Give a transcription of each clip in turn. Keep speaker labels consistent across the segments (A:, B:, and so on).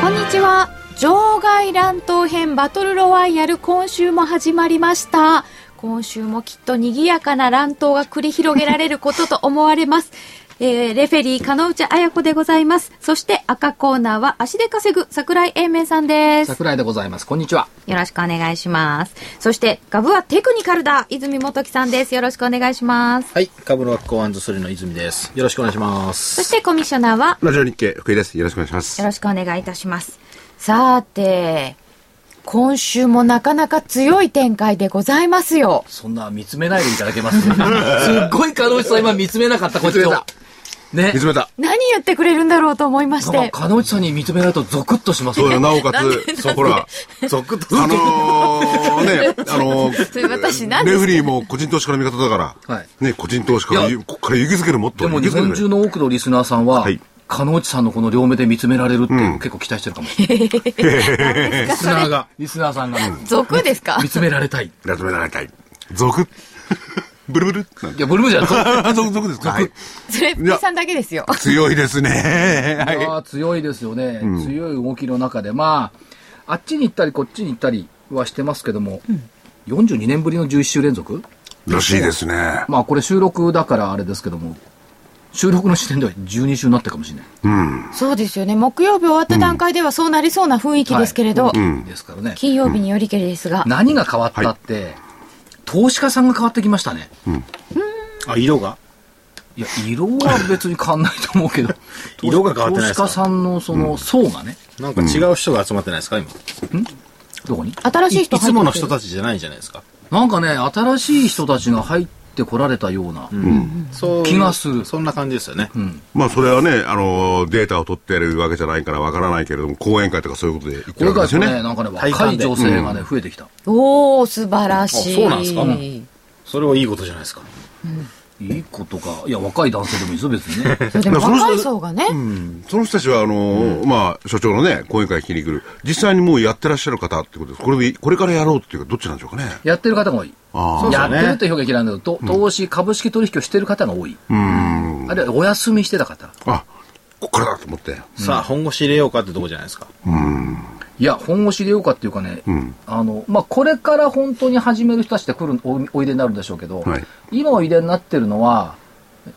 A: こんにちは場外乱闘編バトルロワイヤル今週も始まりました今週もきっと賑やかな乱闘が繰り広げられることと思われます、えー、レフェリー金内彩子でございますそして赤コーナーは足で稼ぐ桜井英明さんです
B: 桜井でございますこんにちは
A: よろしくお願いしますそしてガブはテクニカルだ泉元樹さんですよろしくお願いします
C: はい、カブロワッコアンズスリーの泉です。よろしくお願いしま
A: そ
C: す。
A: してコミッショナーは
D: ラジオ日経福井です。よろしくお願いします
A: よ。ろしくお願いいたします。さて、今週もなかなか強い展開でございますよ。
B: そんな見つめないでいただけます すっごい彼女さん今見つめなかったこっちを
D: 見
B: ね
D: 見つめた。
A: 何言ってくれるんだろうと思いまし
B: なん
A: て
B: か。金内さんに見つめられるとゾクッとします
D: そうよ、
B: ね
D: なおかつ、そう、ほ ら、
C: ゾクッと
D: あのー、ね、あの
A: れ私何
D: ー、レフェリーも個人投資家の味方だから、
B: はい
D: ね、個人投資家が
B: いや
D: ここから勇気づけるもっと
B: でも日
D: 勇気づける
B: 本
D: ね
B: 中の多くのリスナーさんは、
D: はい
B: 金内さんのこの両目で見つめられるっていう、結構期待してる かもしれない。
C: リスナーが。
B: リスナーさんが
A: 俗ですか
B: 見つめられたい。い
D: ラズベナライタイ。続。ブルブル。
B: や、 ブルブじゃん。ゾクッ
D: あ、続、続ですか。はい。
A: それ、
D: いや
A: P さんだけですよ。
D: 強いですね。はい
B: いやー強いですよね、強い動きの中で、まあ、あっちに行ったり、こっちに行ったりはしてますけども、42年ぶりの11週連続、
D: らしいですね。
B: まあ、これ、収録だからあれですけども、収録の時点では12週になってるかもしれない、
D: うん。
A: そうですよね。木曜日終わった段階ではそうなりそうな雰囲気ですけれど、
D: うん。
B: ですからね、
A: 金曜日によりけりですが、
B: 何が変わったって、投資家さんが変わってきましたね、
C: あ、色が
B: いや、色は別に変わんないと思うけど、
C: 色が変わってないですか
B: 投資家さんのその層がね、
C: なんか違う人が集まってないですか、今。
B: どこに
A: 新しい
C: い
A: 人
C: つもの人
A: ち。
C: たちじゃないんじゃないですか。
B: なんかね、新しい人たちが入ってこられたような、
C: そう。
B: 気がする
C: そんな感じですよね。
D: まあ、それはね、あのー、データを取ってるわけじゃないからわからないけれども、講演会とかそういうことで言って
B: こ
D: る
B: れ
D: わけ
B: か
D: で
B: ら
D: すよ
B: ね、
D: ね。
B: なんかね、
C: 体
B: 若
C: 感
B: い
C: で
B: 女性がね、増えてきた。
A: おー、素晴らしい。
C: あそうなんですかそれはいいことじゃないですか。
B: いいことか。いや、若い男性でもいいですよ、別にね。
A: それでも
D: だからその人
A: 若い層がね、
D: その人たちは、あのーまあ、所長のね、講演会聞きに来る。実際にもうやってらっしゃる方ってことです。これで、これからやろうっていうか、どっちなんでしょうかね。
B: やってる方が多い。
D: あ
C: うそ
D: あ。
B: や
C: う
B: っ
C: ね
B: てるって表現嫌いなんだけど、と投資、株式取引をしてる方が多い。
D: うん。
B: あるいはお休みしてた方。
D: あ、こっからだと思って。
C: さあ、本腰入れようかってとこじゃないですか。
B: いや、本腰でようかっていうかね
D: ん、
B: あの、まあ、これから本当に始める人たちって来る、おおいでになるんでしょうけど
D: はい、
B: 今おいでになってるのは、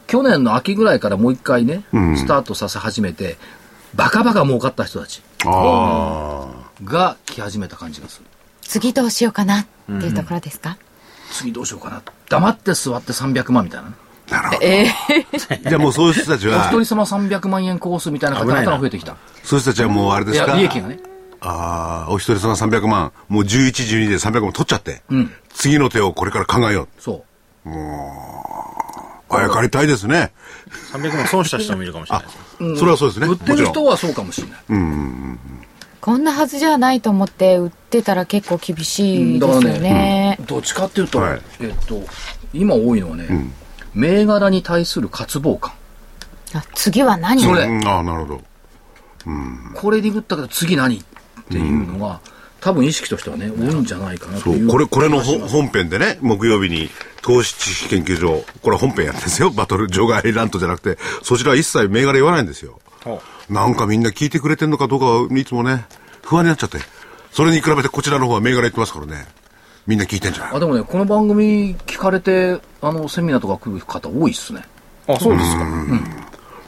B: 去年の秋ぐらいからもう一回ね
D: うん、
B: スタートさせ始めて、バカバカ儲かった人たち
D: あ
B: が来始めた感じがする。
A: 次どうしようかなっていうところですか、
B: 次どうしようかな。黙って座って300万みたいなね。
D: あ。なるほど。ええ。じゃあもうそういう人たち
B: お一
D: は、
B: 人様300万円コースみたいな方々が増えてきた。
D: そういう人たちはもうあれで
B: い
D: す
B: や、
D: か。
B: 利益がね。
D: ああ、お一人様300万、もう11、12で300万取っちゃって、
B: ん
D: 次の手をこれから考えよ。
B: そう
D: あやかりたいですね。
C: 300万損した人もいるかもしれないですよ。
B: う。
D: それはそうですね
B: 売って
D: もち
B: る
D: ろん
B: 人はそうかもしれない。
A: こんなはずじゃないと思って売ってたら結構厳しい
B: だ
A: で
B: から
A: すよね
B: ね、。どっちかっていうと、
D: はい
B: えっと、今多いのはね、銘柄に対する渇望感。
A: あ次は何
B: それ
D: うん、ああ、なるほど。
B: これで売ったけど次何っていうのが、多分意識としてはね、多いんじゃないかなと
D: そ、
B: いうう。
D: これ、これのほ本編でね、木曜日に、投資知識研究所、これ本編やってんですよ。 バトル、場外ラントじゃなくて、そちらは一切銘柄言わないんですよ。なんかみんな聞いてくれてんのかどうか、いつもね、不安になっちゃって。それに比べてこちらの方は銘柄言ってますからね。みんな聞いてんじゃない
B: あでもね、この番組聞かれて、あの、セミナーとか来る方多いっすね。
C: あ、そうですか。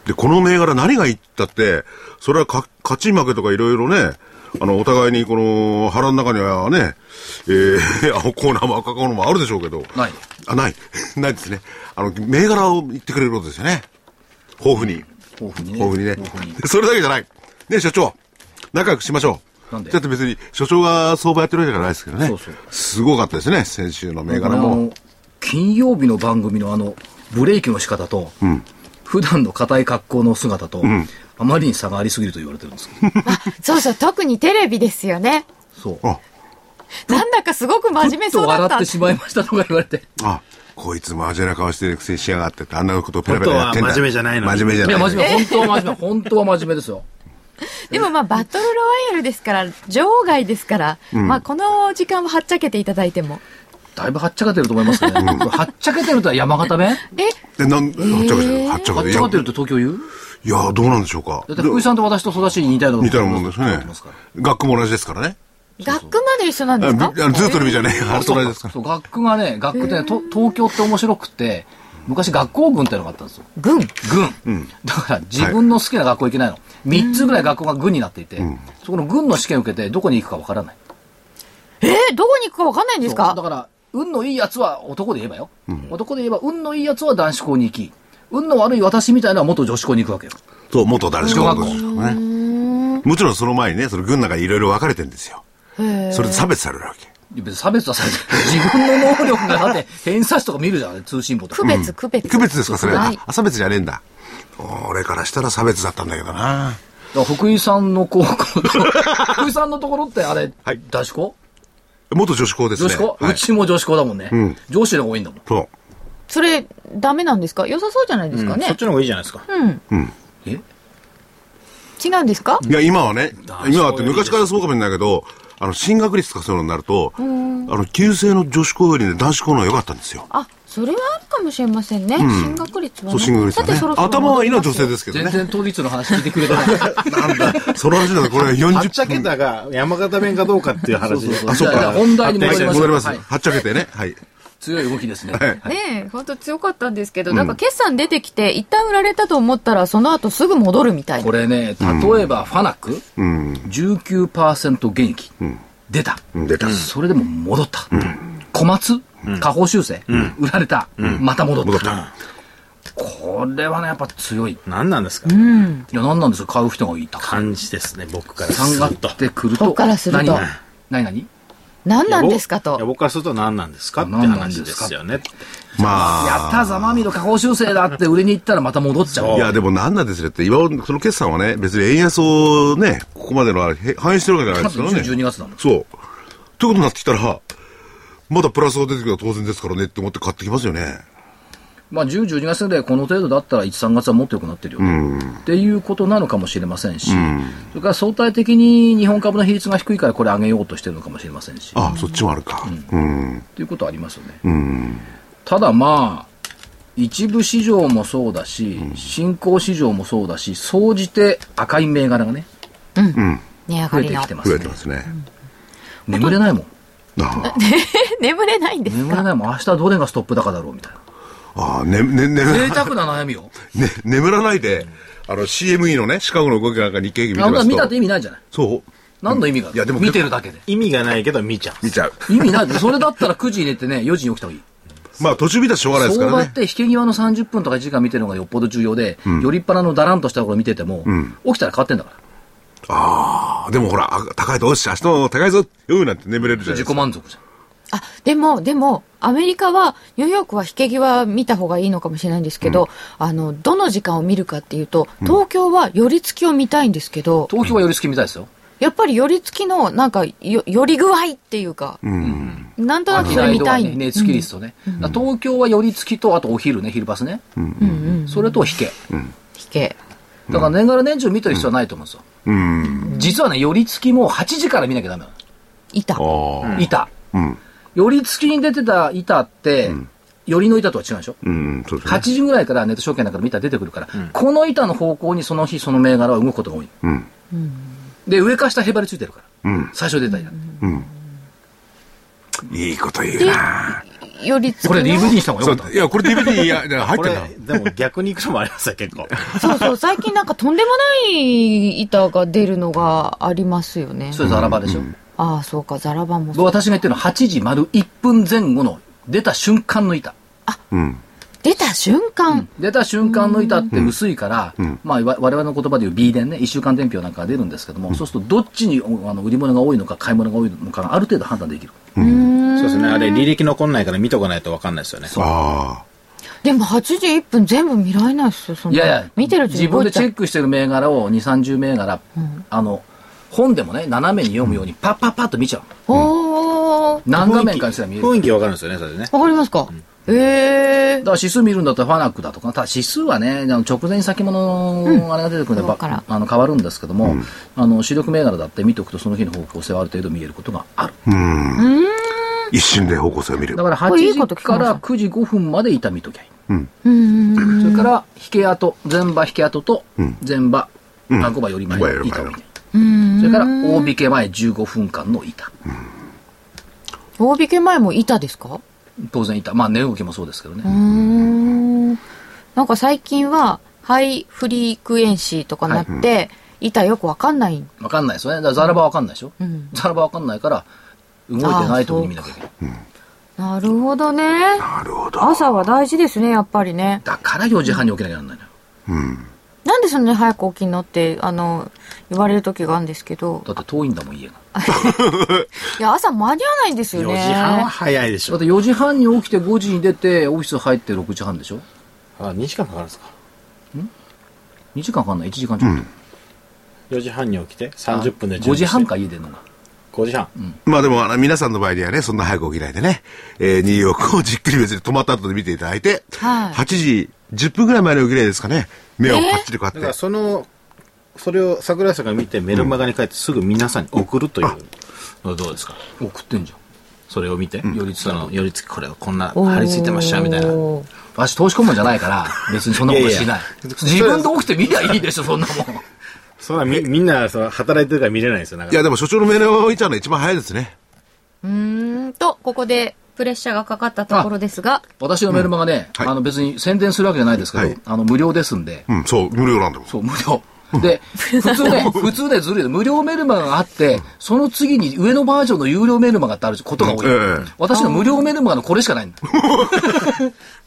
D: で、この銘柄何がいったって、それはか勝ち負けとかいろいろね、あの、お互いにこの腹の中にはね、えー、 青コーナーも赤コーナーもあるでしょうけど。
B: ない。
D: あ、ない。 ないですね。あの、銘柄を言ってくれることですよね。豊富に。
B: 豊富にね。
D: 豊富にね。
B: 豊富に
D: でそれだけじゃない。ね、所長。仲良くしましょう。
B: なんで
D: だって別に、所長が相場やってるわけじゃないですけどね。
B: そうそう
D: すごかったですね、先週の銘柄
B: あ
D: も
B: の。金曜日の番組のあのブレーキの仕方と、普段の硬い格好の姿と、あまりに差がありすぎると言われてるんですけど
A: そうそう、特にテレビですよね。
B: そう
D: あ、
A: なんだかすごく真面目
B: ちょっ
A: そう
B: と
A: だっ
B: 笑
A: た
B: って。しまいましたとか言われて
D: あ、こいつ真面目な顔してるくせにしやがってってあんなことペラペラやってんだ。
C: 本当は真面目じゃないのに
D: 真面目じゃ
B: い
D: ない
B: や
D: の
B: 真
D: に。
B: 面目本当は真面目本当は真面目ですよ
A: でもまあ、バトルロワイヤルですから、場外ですから、まあ、この時間ははっちゃけていただいても。だ
B: だいぶはっちゃけてると思いますけどね、これはっちゃけてるとは山形弁はっ
A: え、
D: え、なん、はっちゃけてる。はっちゃけて
B: ちゃ
D: る
B: けてるって東京言う
D: いや、どうなんでしょうか
B: だ。って福井さんと私と育ちに似たような
D: 似たようなもんですね。学区も同じですからね。
A: 学区まで一緒なんで
D: あ
A: す
D: び
A: か
D: あずっとレビじゃない。ハート同じですか
B: そう学区がね学区ってねと東京って面白くて昔学校軍ってのがあったんですよ
A: 軍。
B: 軍、だから自分の好きな学校行けないの、3つぐらい学校が軍になっていて、そこの軍の試験を受けてどこに行くかわからない
A: えー、どこに行くかわかんないんで
B: そ
A: す
B: うだ
A: か
B: から運のいいやつは男で言えばよ、男で言えば運のいいやつは男子校に行き運の悪い私みたいなのは元女子校に行くわけよ
D: ら。そう、元誰しか
B: 小学校
D: もね。もちろんその前にね、その軍の中でいろいろ分かれてんですよ。それで差別されるわけ。
B: 別に差別はされて ない自分の能力がだって偏差値とか見るじゃん通信簿とか
A: 区別、区別。
D: 区別ですか、それ。
A: は
D: あ
A: い。、
D: 差別じゃねえんだ。俺からしたら差別だったんだけど
B: だ
D: な。
B: から福井さんの高 校と福井さんのところってあれ、
D: はい
B: 男子校
D: 元女子校です
B: 女
D: ね。
B: 子校、
D: は
B: う
D: い
B: ちも女子校だもんね、
D: ん
B: 上司の方が多いんだもん
D: そ
A: それ、ダメなんですか良さそうじゃないですか
C: そ
A: ね
C: っ。ちの方がいいじゃないですか。
A: うん。
B: え
A: 違うんですか
D: う。いや、今はね、今はって昔からそうかもしれないけど、あの、進学率とかそういうのになると、あの、旧制の女子校よりね、男子校の方が良かったんですよ。
A: あ、それはあるかもしれませんね。進学率は
D: そ
A: ね。
D: う、進学率
A: さ
D: は
A: て、
D: ね
A: そろ。そろ戻りますよ。
D: 頭はいいのは女性ですけど
B: 全
D: ね。
B: 然当日の話聞いてくれて ない
D: なんだ、その話だとこれは
C: はっちゃ
D: 40
C: け
D: 分。
C: たが山形弁かどうかっていう話です。
D: あ、そう
B: じゃあ
D: か。
B: 本題に戻りましょう
D: 戻ります。
B: はい
D: はっちゃけてね。はい。
B: 強い動きですね、
D: はい
A: ねえ、本当強かったんですけど、なんか決算出てきて、一旦売られたと思ったら、その後すぐ戻るみたいな
B: こ。れね例えばファナック、19%減益、出た、
D: うん出た
B: それでも戻った、小松下方修正、売られた、また戻った
D: 戻った。
B: これはねやっぱ強いい
C: 何なんですか
B: や何なんですか買う人がいたか
C: 感じですね、僕から
B: 下
C: す
B: が
C: ると。
B: ってくる
A: ことっからすると
B: 何々何々
A: 何なんですか
C: いや
A: と。
C: 僕からすると何なんですかって
B: 何なんです
C: 話
B: か
C: ですよね。
D: まあ。
B: やったーざまみろ下方修正だって売りに行ったらまた戻っちゃう
D: いや、でもなんなんですねって、今、その決算はね、別に円安をね、ここまでのはへ反映してるわけじゃないですからね。
B: 12月なんだ
D: そう。ということになってきたら、まだプラスが出てくるのは当然ですからねって思って買ってきますよね。
B: まあ、10、12月でこの程度だったら1、3月はもっと良くなってるよね、っていうことなのかもしれませんし、それから相対的に日本株の比率が低いからこれ上げようとしてるのかもしれませんし、
D: あ、そっちもあるか。うん。
B: っていうことはありますよね。ただまあ、一部市場もそうだし、新興市場もそうだし、総じて赤い銘柄がね、
A: 値上
B: 増
A: が
B: え
A: り
B: て
A: の
B: き。てま
D: 増
B: す
D: え
B: ね
D: て。ますね。
B: 眠れないもん。
D: あ
A: 眠れないんです
B: 眠れ
A: か
B: ないもん。明日どれがストップ高だろうみたいな。
D: あ、ね、ね、ね、
B: 贅
D: ね、
B: 沢な悩みよ。
D: 眠らないで、あの、CME のね、シカゴの動きなんか日経平均見
B: あ
D: て
B: ん
D: ま
B: な
D: すと。
B: 見たって意味ないじゃない。
D: そう。
B: 何の意味がある
D: いやでも
B: 見てるだけで。
C: 意味がないけど見ちゃう。
D: 見ちゃう。
B: 意味ない。それだったら9時に寝てね、4時に起きた方がいい。
D: まあ、途中見たらしょうがないですか
B: 相場
D: ら
B: っ
D: ね。
B: て引け際の30分とか1時間見てるのがよっぽど重要で、よりっぱらのだらんとしたところ見てても、起きたら変わってんだから。
D: あでもほら、あ高いと、おっし、明日も高いぞ、よなんて眠れるじゃない
B: 自
D: ですか
B: 己。満足じゃん。
A: あ、でも、でも、アメリカは、ニューヨークは引け際見た方がいいのかもしれないんですけど、あの、どの時間を見るかっていうと、東京は寄り付きを見たいんですけど、
B: 東京は寄り付きみたいですよ。
A: やっぱり寄り付きの、なんか、よ、寄り具合っていうか、なんとなくそれ見たい。
B: ね、値付き率とね。だから東京は寄り付きと、あとお昼ね、昼バスね。
A: うんうん。
B: それと引け。
A: 引け。
B: だから年がら年中見てる必要はないと思うんですよ。実はね、寄り付きも8時から見なきゃダメな
A: 板。
D: あ
B: の。板。
D: あ。うん。
B: 寄り付きに出てた板って、寄りの板とは違うでしょ
D: うん、そうですね
B: 8。時ぐらいからネット証券なんかで見たら出てくるから、この板の方向にその日その銘柄は動くことが多い。
D: うん。
B: で、上か下へばりついてるから。
D: うん。
B: 最初出たやつ
D: いいこと言うな
A: 寄り付き
B: こ
A: の。
B: れ DVD にした方が
D: そ
B: よかっ
D: ういや、 これ DVD いやいや入
C: こ
D: って
C: れ
D: んだ。、
C: でも逆に行くのもありますよ、結構。
A: そうそう、最近なんかとんでもない板が出るのがありますよね
B: た。。それザラバでしょ。
A: ああ、そうか、ザラバも
B: 僕
A: そう。
B: 私が言ってるのは8時丸1分前後の出た瞬間の板。
D: うん。
A: 出た瞬間。
B: 出た瞬間の板って薄いから、まあ、わ我々の言葉でいう B 電ね、1週間伝票なんかが出るんですけども、そうするとどっちにおあの売り物が多いのか買い物が多いのかがある程度判断できる。
C: そうですね。あれ、履歴残んないから見とかないとわかんないですよね。
D: ああ。
A: でも8時1分全部見られないですよそん
B: い
A: な
B: やいや、
A: 見てるうちに
B: 自分でチェ
A: 覚えちゃう
B: ックしてる銘柄を2、30銘柄、あの、本でもね、斜めに読むように、パッパッパッと見ちゃう。
A: おー
B: 何画面かにすら見える。
C: 雰囲気わかるんですよね、それでね。
A: わかりますか、ええ
B: だから指数見るんだったらファナックだとか、ただ指数はね、あの直前に先物のあれが出てくるので、
A: そうから
B: ばあの変わるんですけども、あの主力銘柄だって見ておくと、その日の方向性はある程度見えることがある。
D: 一瞬で方向性を見る
B: だ。から8
A: これいい
B: 時
A: こと聞きま
B: か
A: した
B: ら9時5分まで痛みときゃいい。
A: うんうん
B: それから、引け跡、前場引け跡と、前場、
D: ん
B: あ5場より前の
D: 五場より
B: 板
D: 前
B: を
D: の
B: 見て。
A: うん
B: それから、大引け前15分間の板。
A: 大引け前も板ですか
B: 当然板。まあ、値動きもそうですけどね。
A: うーんなんか最近はハイフリクエンシーとかなって、板よくわかんない
B: わかんないですよね。だからザラバわかんないでしょ。
A: ん
B: ザラバわかんないから、動いてないとこに見なきゃいけない。
A: なるほどね
D: なるほど。
A: 朝は大事ですねやっぱりね
B: だから4時半に起きなきゃならないのよ。
A: なんでそんなに早く起きんのってあの言われる時があるんですけど
B: だって遠いんだもん、家が。
A: いや朝間に合わないんです
C: 4
A: よね
C: 時半は早いでし
B: だっ
C: ょ。
B: て4時半に起きて5時に出て、オフィス入って6時半でしょ。
C: あ、2時間かかるんですか。
B: 2時間かかんない ?1 時間ちょっと。
C: 4時半に起きて、30分で準
B: 5
C: 備し
B: 時
C: て
B: 半。か、家出るのが。
C: 5時半。
D: まあでも、あの、皆さんの場合にはね、そんな早く起きないでね、えー、ニューヨークをじっくり別に止まった後で見ていただいて、
A: はい
D: 8時10分ぐらい前の起きないですかね、目をパッチリ
C: だ
D: こうや
C: か
D: っ
C: ら
D: て。
C: その、それを桜井さんが見てメルマガに書いてすぐ皆さんに送るというのはどうですか
B: 送ってんじゃん。
C: それを見て、よりつの、よりつきこれをこんな貼り付いてましたみたいな。
A: おー
B: わし投資顧問じゃないから、別にそんなことしない。
C: いやいや
B: 自分で起きて見りゃいいでしょ、そんなもん。
C: そんなみみんなその働いてるから見れないですよ。なんか
D: いや、でも所長のメールを置いちゃうの一番早いですね。
A: うーんとここでプレッシャーがかかったところですが
B: 私のメルマがね、
D: うんはい
B: あの別に宣伝するわけじゃないですけど、
D: はい
B: あの無料ですんで、
D: うん、そう、無料なんだもん。
B: そう、無料。で、普通ね、普通ね、ずるいの無料メルマガがあって、その次に上のバージョンの有料メルマガってあることが多い。
D: うんええ
B: 私の無料メルマガのこれしかないんだ。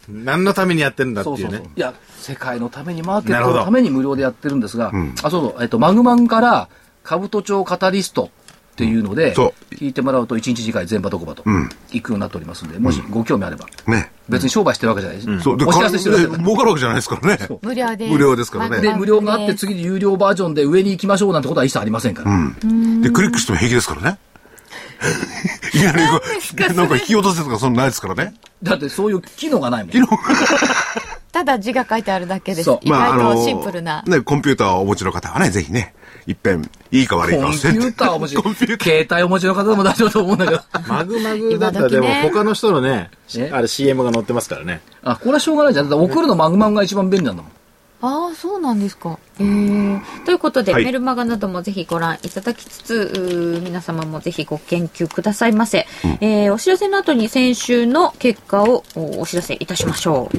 C: 何のためにやってるんだって
B: そう
C: い
B: そううそう
C: ね。。
B: いや、世界のために、マーケッ
C: なる
B: ト
C: ほ
B: の
C: ど
B: ために無料でやってるんですが、あ、そうそう、えっと、マグマンから、株都庁カタリストっていうので、
D: そ
B: 聞いてもらうと、1日次回全場どこばと、行くようになっておりますんで、もしご興味あれば。
D: ね。
B: 別に商売してるわけじゃないです。
D: そう、で、
B: お知らせしてるわけじゃ
D: か
B: ない
D: で儲かるわけじゃないですからね。
A: 無料です
D: 無料ですからね
A: ま
B: で、
A: ま
B: 無料があって、
A: です
B: 次に有料バージョンで上に行きましょうなんてことは一切ありませんから。
D: で、クリックしても平気ですからね。いきなりこう、なんか引き落とせとかそんなのないですからね。
B: だってそういう機能がないもん。
A: ただ字が書いてあるだけです
B: そう
A: 意外とシンプルな、
D: ね、コンピューターをお持ちの方はね、ぜひね、いっぺん、いいか悪いか
B: コ
D: を
B: ンピ
D: して
B: ューターをお持ち、
D: コンピューター。
B: 携帯をお持ちの方でも大丈夫と思うんだけど。
C: マグマグだったら
A: 今時
C: でも
A: ね
C: 他の人のね
B: え、
C: あれ CM が載ってますからね。
B: あ、これはしょうがないじゃん。だって送るのマグマンが一番便利なんだもん。
A: ああ、そうなんですか。えー、ということで、
D: はい
A: メルマガなどもぜひご覧いただきつつ、うー皆様もぜひご研究くださいませ。えーお知らせの後に先週の結果をおお知らせいたしましょう。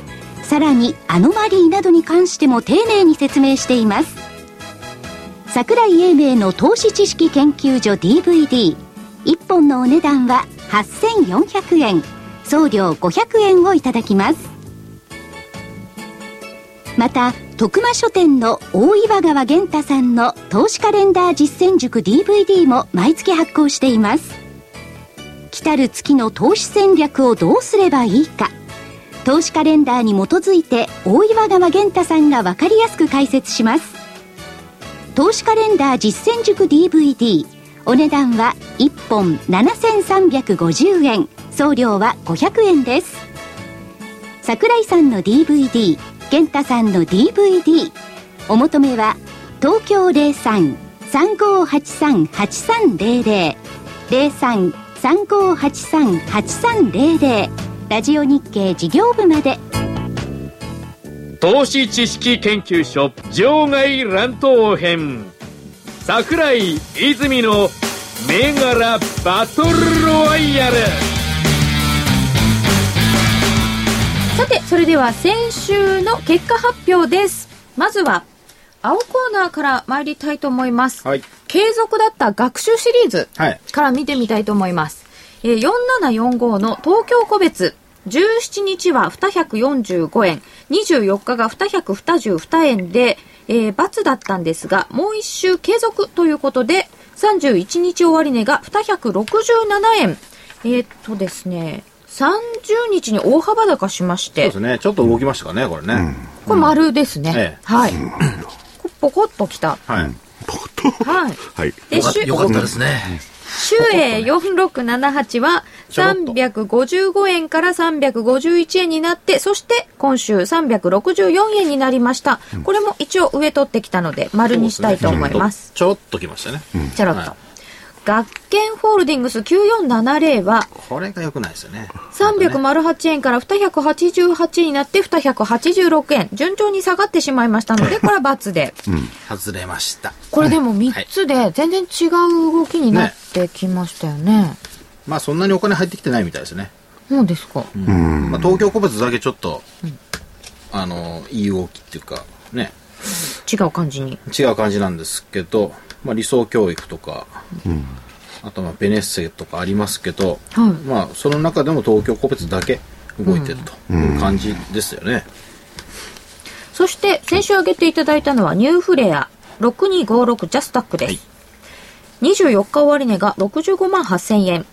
E: さらにアノマリーなどに関しても丁寧に説明しています桜井英明の投資知識研究所 DVD1 本のお値段は8400円送料500円をいただきますまた徳間書店の大岩川源太さんの投資カレンダー実践塾 DVD も毎月発行しています来たる月の投資戦略をどうすればいいか投資カレンダーに基づいて大岩川源太さんが分かりやすく解説します投資カレンダー実践塾 DVD お値段は1本7350円送料は500円です桜井さんの DVD 源太さんの DVD お求めは東京03-3583-8300 03-3583-8300ラジオ日経事業部まで
F: 投資知識研究所場外乱闘編
G: 桜井泉の銘柄バトルロワイヤル
A: さてそれでは先週の結果発表ですまずは青コーナーから参りたいと思います、
C: はい
A: 継続だった学習シリーズ
C: はい
A: から見てみたいと思います、えー4745の東京個別17日は245円24日が222円で、えー、×だったんですがもう1週継続ということで31日終値が267円えーっとですね30日に大幅高しまして
C: そうですね。ちょっと動きましたかね、これね。
A: これ丸ですね。
C: ええ
A: はい。こポコッときた。
C: はい。
D: ポコッと。
A: はい。
D: はい。
A: で、
B: か
A: 週、
B: よかったですね。
A: 週へ4678は355円から351円になって、そして今週364円になりました。これも一応上取ってきたので、丸にしたいと思います。
C: ちょっと来ましたね。
A: ちょろっと
C: は。
A: 学研ホールディングス9470は
C: これが良くないですよね。
A: 308円から288になって286円。順調に下がってしまいましたので、これは×で。
C: 外れました。
A: これでも3つで全然違う動きになってきましたよね。
C: まあそんなにお金入ってきてないみたいですね。
A: そうですか。
C: まあ東京個別だけちょっと、あの、いい動きっていうか、ね、
A: 違う感じに。
C: 違う感じなんですけど、まあ理想教育とか、あとまあベネッセとかありますけど、
A: はい
C: まあその中でも東京個別だけ動いてるという感じですよね。
A: そして先週挙げていただいたのはニューフレア6256ジャスタックです。24日終値が65万8000円。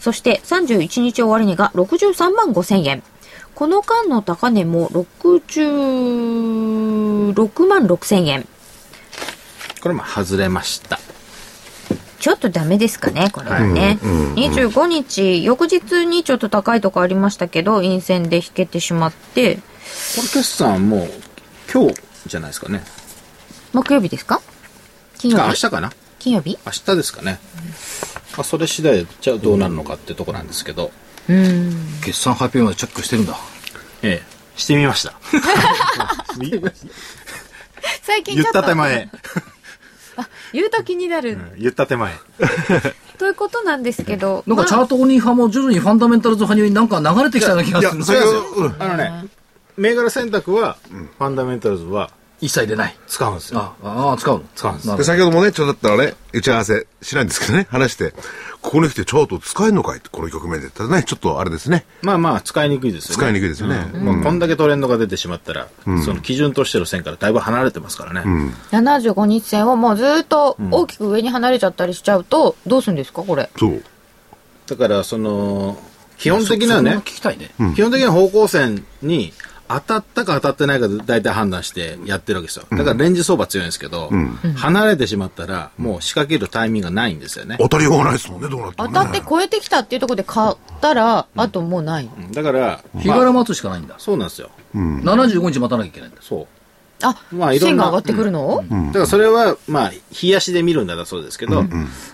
A: そして31日終値が63万5000円。この間の高値も66万6000円。
C: これまあ外れました。
A: ちょっとダメですかね、これはね。25日、翌日にちょっと高いとこありましたけど、陰線で引けてしまって、
C: これ決算もう今日じゃないですかね。
A: 木曜日ですか金曜
C: あ明
A: 日
C: 日かな
A: 金曜日
C: 明日ですかね。まあそれ次第じゃあどうなるのかってとこなんですけど、
B: 決算発表までチェックしてるんだ。
C: ええ、してみま した。
A: 最近
C: 言った手前。
A: 言うと気になる。
C: 言った手前。
A: ということなんですけど、
B: なんかチャートオニー派も徐々にファンダメンタルズ派になんか流れてきたような気が
D: い
B: す
D: や、
B: るんで
D: そ
B: す
D: れ
B: よ。
D: は、
C: あのね、銘柄選択は、ファンダメンタルズは
B: 一切出ない。
C: 使うんですよ。
B: あ、ああ、使うの
C: 使うんです
B: な
D: で
B: るほ
D: 先ほどもね、ちょっとだったらね、打ち合わせしないんですけどね、話して、ここに来てチャート使えんのかいって、この局面で。ただね、ちょっとあれですね、
C: まあまあ、使いにくいですよね。
D: 使いにくいですよね。
C: まあ、こんだけトレンドが出てしまったら、その基準としての線からだいぶ離れてますからね。
A: 75日線をもうずーっと大きく上に離れちゃったりしちゃうと、どうするんですか、これ。
D: そう。
C: だから、その、基本
B: ど。
C: 的なね
B: そそこは聞、きたいね。
C: 基本的な方向線に当たったか当たってないかで大体判断してやってるわけですよ。だからレンジ相場強いんですけど、離れてしまったら、もう仕掛けるタイミングがないんですよね。
D: 当たりようがないですもんね、どうなって
A: 当
D: もね。
A: たって超えてきたっていうところで買ったら、あともうない。
C: うんだから、
B: 日
C: まあ
B: 柄待つしかないんだ。
C: そうなんですよ。
B: 75日待たなきゃいけないんだ。
C: そう。
A: あ、
C: まあいろ
A: 線
C: んな
A: が上がってくるの、
C: だからそれは、まあ、冷やしで見るんだそうですけど、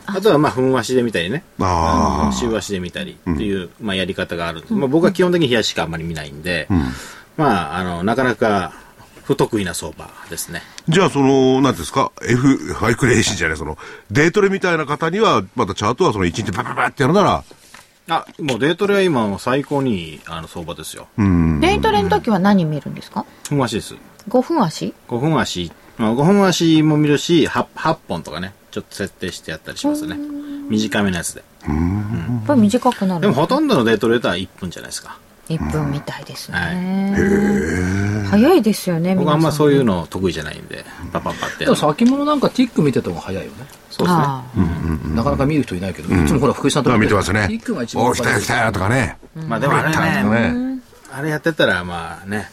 C: あとは、まあ、ふんわしで見たりね、
D: あ
C: あの週足で見たりっていう、まあ、やり方があるんです、まあ、僕は基本的に冷やしかあんまり見ないんで、まあ、あの、なかなか不得意な相場ですね。
D: じゃあ、その、なんていうんですか、F、ファイクレーシーじゃない、その、デートレみたいな方には、またチャートはその1日バババってやるなら、
C: あ、もうデートレは今もう最高にいいあの相場ですよ。
A: デイトレの時は何見るんですか
C: ふんわしです。
A: 5分足
C: 5分足、まあ、5分足も見るし8、8本とかね、ちょっと設定してやったりしますね。短めのやつで。
A: やっぱり短くなる
C: でもほとんどのデートレートは1分じゃないですか。
A: 1分みたいですね、早いですよね
C: 僕はあんまそう
A: う
C: いうの得意じゃないんで、パパパっ
B: で
C: てや
B: も
C: るの。
B: 先物なんかティック見てた方が早いよね。
C: そうですね。
B: なかなか見る人いないけど、いつもほら、福井さんと
D: まあ見てますね
B: ティックが。一番
D: お
B: わ
D: う、来
B: か
D: た
B: りや
D: よ
B: す
D: 来
B: い
D: たよとかね。
C: まあでもあれね、
D: ね。
C: あれやってたらまあね、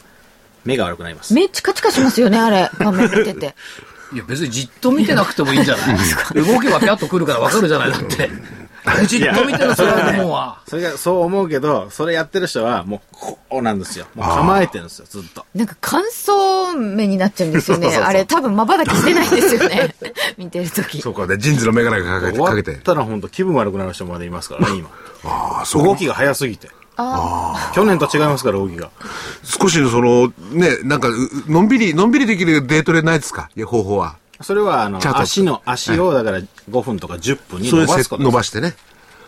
C: 目が悪くなります。
A: 目チカチカしますよねあれ画面見てて
B: いや、別にじっと見てなくてもいいんじゃない動けばピャッと来るからわかるじゃないだ って。あれじっと見てるそれはもうは。
C: それがそう思うけど、それやってる人はもうこうなんですよ。もう構えてるんですよ、ずっと。
A: なんか乾燥目になっちゃうんですよね
C: そうそうそう
A: あれ多分まばたきしてないです よね見てる時
D: そうか、で、ジンズのメガネが
C: 終
D: かけて、か
C: わ
D: け。
C: ってたら本当気分悪くなる人までいますからね、今。
D: ああ、そう。
C: 動きが早すぎて。去年と違いますから、動きが。
D: 少しのその、ね、なんか、ううのんびり、のんびりできるデートレないですかいや、方法は。
C: それは、あの
D: チャー、ト
C: 足の、足を、だから5分とか10分に
D: そ
C: 伸
D: れで
C: ば
D: せ
C: すこと
D: 伸ばしてね。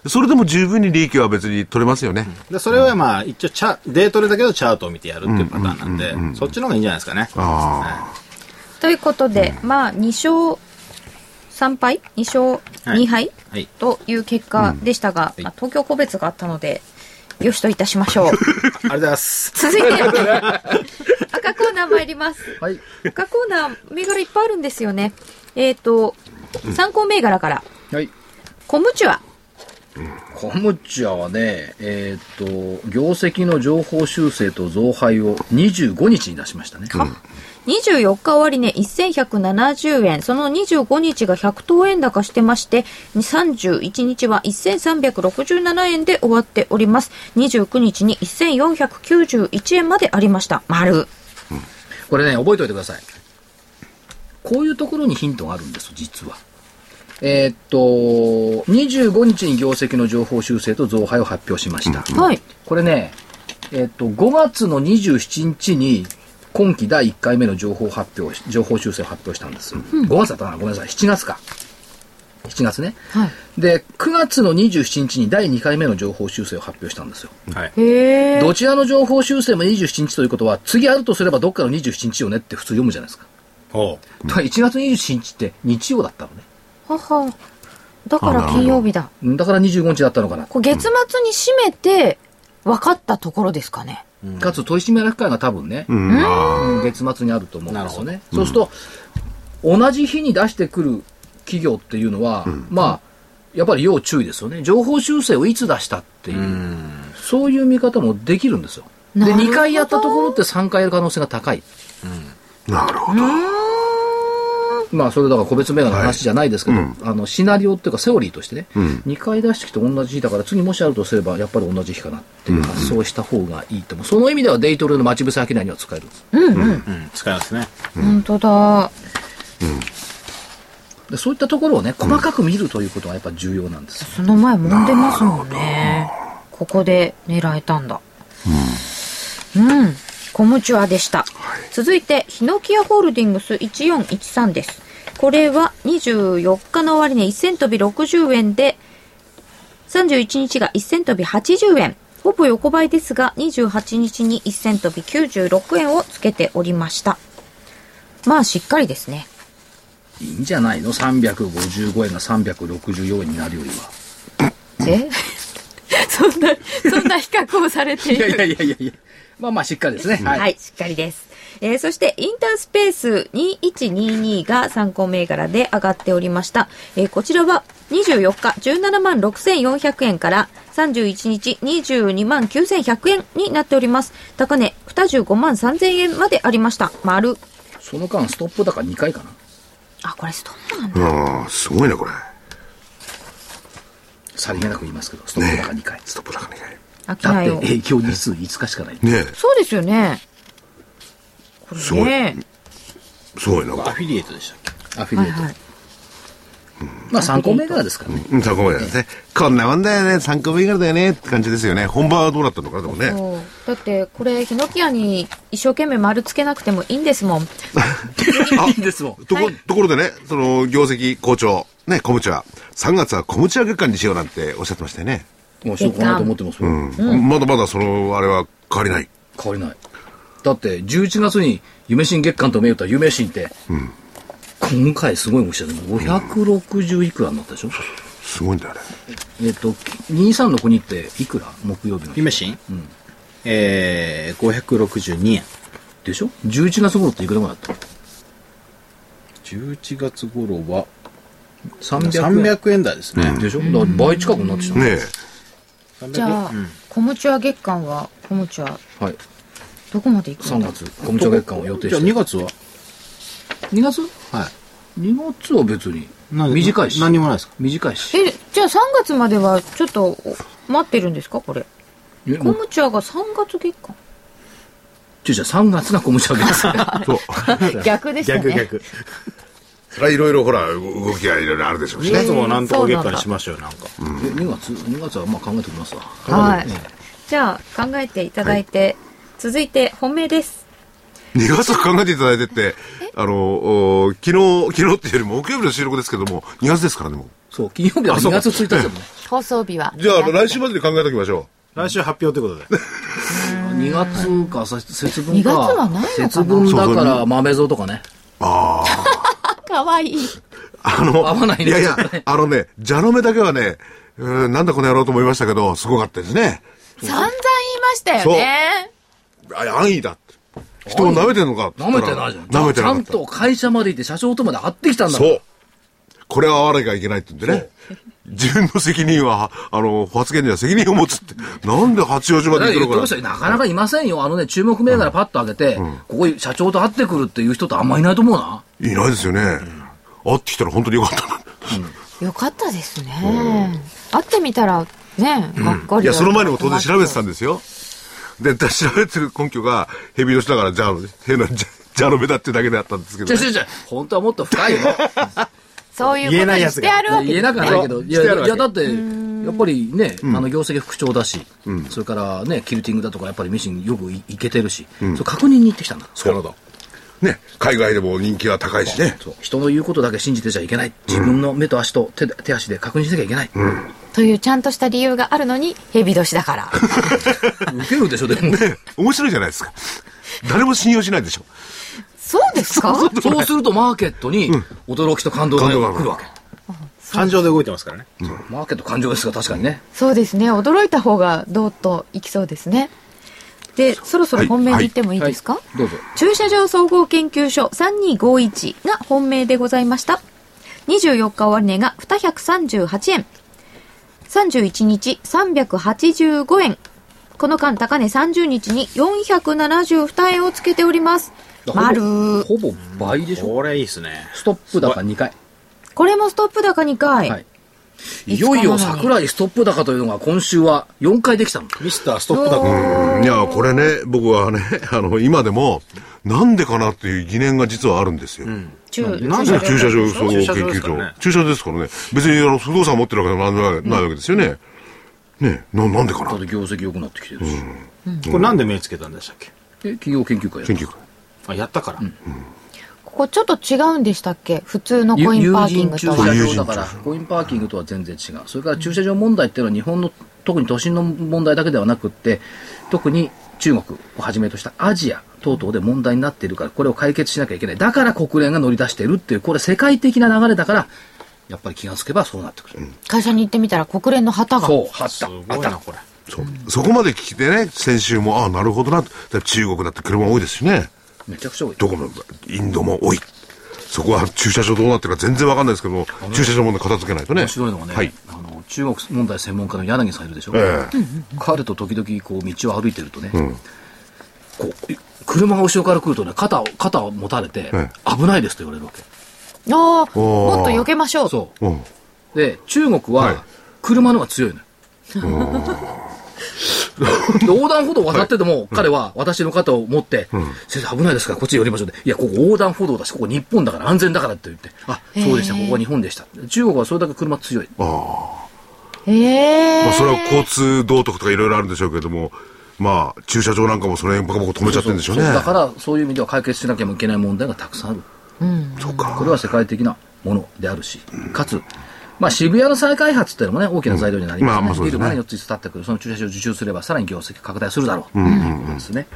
D: それでも十分に利益は別に取れますよね。
C: でそれはまあ、一応チャ、デートでだけどチャートを見てやるっていうパターンなんで、そっちの方がいいんじゃないですかね。
D: あ
A: ということで、まあ、2勝3敗 ?2 勝2敗、
C: はい
A: という結果でしたが、
C: うん
A: まあ東京個別があったので、よしといたしま しょう。
C: ありがとうございます。
A: 続いて、赤コーナー参ります。
B: はい。
A: 赤コーナー、銘柄いっぱいあるんですよね。えっ、と、参考銘柄から、
B: はい。
A: コムチュア。
B: コムチャはね、えーっと、業績の情報修正と増配を25日に出しましたね。
A: 24日終値1170円、その25日が100等円高してまして、31日は1367円で終わっております。29日に1491円までありました。丸。
B: これね、覚えておいてください。こういうところにヒントがあるんです、実は。えーっと、25日に業績の情報修正と増配を発表しました。
A: はい。
B: これね、えっと、5月の27日に、今期第1回目の情報発表し、情報修正を発表したんです。5月だったかなごめんなさい。7月か。7月ね。
A: はい
B: で、9月の27日に第2回目の情報修正を発表したんですよ。
C: はい。
A: へえ。
B: どちらの情報修正も27日ということは、次あるとすればどっかの27日よねって普通読むじゃないですか。
C: ほ
B: だから1月27日って日曜だったのね。
A: はは。だから金曜日だ。
B: うんだから25日だったのかな。
A: これ月末に締めて、分かったところですかね。
B: かつ取締役会が多分ね、
D: あ。うん。ああ。
B: うん月末にあると思うんですよね。そうすると、同じ日に出してくる企業っていうのは、まあ、やっぱり要注意ですよね。情報修正をいつ出したっていう、
C: う。うん。
B: そういう見方もできるんですよ。で、
A: なるほど
B: 2回やったところって3回やる可能性が高い。
D: なるほど。
B: まあ、それだから個別銘柄の話じゃないですけど、あの、シナリオっていうかセオリーとしてね、2回出してきて同じ日だから、次もしあるとすれば、やっぱり同じ日かなっていう発想をした方がいいと思う。その意味ではデイトレの待ち伏せ商いには使えるんです。
C: うん。使いますね。
A: 本当だ。
B: でそういったところをね、細かく見るということがやっぱ重要なんです。
A: その前揉んでますもんね。ここで狙えたんだ。うん。コムチュアでした。続いて、ヒノキアホールディングス1413です。これは24日の終値1000飛び60円で、31日が1000飛び80円。ほぼ横ばいですが、28日に1000飛び96円をつけておりました。まあ、しっかりです ね。
B: いいんじゃないの ?355 円が364円になるよりは。
A: え そんな、そんな比較をされている。
B: いやいやいやいや。まあまあ、しっかりですね。
A: はい、
B: はい。
A: しっかりです。えーそして、インタースペース2122が参考銘柄で上がっておりました。えーこちらは24日17万6400円から31日22万9100円になっております。高値25万3000円までありました。丸。
B: その間、ストップ高2回かな。
A: あ、これストップなんだ。
D: うん。すごいね、これ。
B: さりげなく言いますけど、ストップ高2回。
D: ストップ高ね。
A: 商い
B: だ
A: を
B: って、。影響日数5日しかない。
D: ね
A: そうですよね。こ
D: す
A: れ
D: ごい
A: ね。
D: え。すごいな、こ
C: アフィリエイトでしたっけ
B: アフィ
A: は
B: リ
A: い
B: エイト。
A: はい。
B: まあ、参考銘柄ですからね。
D: れ。うん、参考銘柄ですね。こんなもんだよね。参考銘柄だよね。って感じですよね。本場はどうなったのかな、でもね。
A: そうだってこれヒノキ屋に一生懸命丸つけなくてもいいんですもん
B: いいですもん。
D: とこ、ところでね、その、業績好調、ね、小ムチャ、3月は小ムチャ月間にしようなんておっしゃってましたよね。
B: もうしようかなと思ってますもん。
D: まだまだその、あれは変わりない。
B: 変わりない。だって、11月に夢新月間と銘打った夢新って、今回すごいおっしゃる。560いくらになったでしょ
D: すごいんだよね。
B: えっと、2362っていくら木曜日の日。
C: 姫新うん。えー、562円。
B: でしょ ?11 月頃っていくらぐらいだった
C: 11月頃は、
B: 300円
C: 300円台ですね。
B: でしょだから倍近くになってきた、
D: ね
A: じゃあ、コムチュア月間はコムチュア
B: はい
A: どこまで行く
B: 3
A: の
B: 月コムチャ月間を予定して
C: じゃあ2月は
B: 2月
C: は
B: ?2 月は別に
C: い。なんで
B: 短いし
C: 何にもないですか
B: 短いし
A: えじゃあ3月まではちょっとお待ってるんですかこれ
B: え
A: コ
B: もう
A: ムチュアが3月月間
B: ちょじゃ3月がコムチャ月間
D: え。そう。
A: 逆でしたね
C: 逆。
D: それはいろいろほら、動きがいろいろあるでしょうし
C: 2
D: ね。
C: 月もなんとか月間にしましょうよ、なんか。
B: え2月2月はまあ考えておきますわ
A: はいじゃあ考えていただいて、続いて本命です
D: 2月を考えていただいてって、あの、お昨日、昨日っていうよりも木曜日の収録ですけども、2月ですからね、もう。
B: そう、金曜日は
D: あ
B: 2
D: そう
B: 月1日だもんね。
H: 放送日は。
D: じゃあ、あの来週までに考えておきましょ
C: 来週発表ということで。
B: 2月か、さ節分か。
A: 二月はないのかな
B: 節分だから豆蔵とかね。
H: かわいい。
D: う。あの、
B: 合わないね
D: いやいや、あのね、蛇の目だけはね、うーんなんだこの野郎と思いましたけど、すごかったですね。
H: 散々言いましたよね。
D: あ安易だって。人を舐めてんのかって言
B: 舐
D: った
B: め
D: ら
B: てないじゃん。
D: 舐めてな
B: ちゃ
D: かっ
B: ん
D: た
B: と会社まで行って社長とまで会ってきたんだから。
D: そう。これは我がいけないって言うんでね。自分の責任は、あの、発言には責任を持つって。なんで八王子ま
B: だ
D: で
B: から言っ
D: 行く
B: て
D: の
B: まし
D: か
B: た
D: な。
B: よなかなかいませんよ。あのね、注目銘柄パッと上げて、ここ社長と会ってくるっていう人ってあんまいないと思うな。
D: いないですよね。会ってきたら本当によかったな。
A: よかったですね。会ってみたら、ね、がっかり。
D: いや、その前にも当然調べてたんですよ。で、だ調べてる根拠が、ヘビ年だから、じゃあ、変な、じゃ、じゃの目だってだけだったんですけ
B: 違
D: ど、
B: う
D: ね。
B: 違う違う。本当はもっと深いよ。
H: そういうこ
C: 言え
H: と
C: な
H: に
C: いや
H: し
C: つ
H: て
C: が
H: あるわけ
B: 言えなくはないけど、
C: そう
B: いや、
C: してあるわ
B: い
C: け
B: やだって、やっぱりね、あの、業績復調だし、それからね、キルティングだとか、やっぱりミシンよくいいけてるし、それ確認に行ってきたんだ。
D: そうなの。ね、海外でも人気は高いしね。
B: そう人の言うことだけ信じてちゃいけない。自分の目と足と手で手足で確認しなきゃいけない。
H: というちゃんとした理由があるのに、蛇年だ から。
B: 受けるでしょ、でも。
D: ね、面白いじゃないですか。誰も信用しないでしょ。
A: そうです か
B: そうするとマーケットに驚きと感動が
D: 感動が
B: 来るわけ。
C: 感情で動いてますからね。
B: マーケット感情ですが、確かにね。
A: そうですね。驚いた方がどうといきそうですね。で、そろそろ本命に行ってもいいですか、
B: どうぞ。
A: 駐車場総合研究所3251が本命でございました。24日終値が238円。31日385円。この間高値30日に472円をつけております。丸。
B: ほぼ倍でしょ。
C: これいいですね。
B: ストップ高2回。
A: これもストップ高2回。
B: はい。いよいよ桜井ストップ高というのが今週は4回できたの。
C: ミスターストップだから。
D: いや、これね、僕はね、 あの、今でも、なんでかなっていう疑念が実はあるんですよ。
A: 中
C: なんで
D: ね駐車場総合研
C: 駐車場です
D: 究
C: から
D: 所
C: ね。
D: 駐車場ですからね。別に、あの、不動産持ってるわけでもなんでもないわけですよね。ね、な、なんでか
B: あ
D: な
B: と業績良くなってきてるし。
C: これなんで目つけたんでしたっけ
B: で企業研究会や
D: 研
B: る
D: 究会。
C: あ、やったから。
A: ここちょっと違うんでしたっけ普通のコイン
B: 友
A: パーキ
B: 人
A: ング
B: 駐
A: とは。
D: そう友
B: 車
D: 人
B: 場だから、コインパーキングとは全然違う。それから駐車場問題っていうのは日本の、特に都心の問題だけではなくって、特に中国をはじめとしたアジア等々で問題になっているから、これを解決しなきゃいけない。だから国連が乗り出してるっていう、これ世界的な流れだから、やっぱり気がつけばそうなってくる。
A: 会社に行ってみたら国連の旗が。
B: そう、はっ
C: す
B: た。
C: ごいな、これ。
D: そう。そこまで聞いてね、先週も、ああ、なるほどな。だから中国だって車多いですしね。
B: めちゃくちゃ多い。
D: どこも、インドも多い。そこは駐車場どうなってるか全然わかんないですけども、駐車場問題片付けないとね。
B: 面白いのがね、
D: はい。
B: あの中国問題専門家の柳さんいるでしょ、
D: ええ
B: 彼と時々こう道を歩いてるとね、こうい車が後ろから来るとね肩を肩を持たれて、
D: え
B: 危ないですと言われるわけ
A: ああ、
D: おー
A: もっと避けましょう。
B: そ
D: うん。
B: うで中国
D: はい
B: は車の方が強いのよ、で 横断歩道を渡ってても、彼は私の肩を持って、先生危ないですからこっち寄りましょうで、いや、ここ横断歩道だし、ここ日本だから安全だからって言って、あ、そうでした、ここは日本でした。中国はそれだけ車強い。
A: ええ
D: まあ、それは交通道徳とかいろいろあるんでしょうけども、まあ、駐車場なんかもその辺バコバコ止めちゃってるんでしょうね。
B: そうだからそういう意味では解決しなきゃいけない問題がたくさんある、これは世界的なものであるしかつ、まあ、渋谷の再開発っていうのもね大きな材料になります
D: うんまあまあそう
B: ビ
D: ですね
B: ルまで4つ立ってくるその駐車場を受注すればさらに業績拡大するだろうということですね、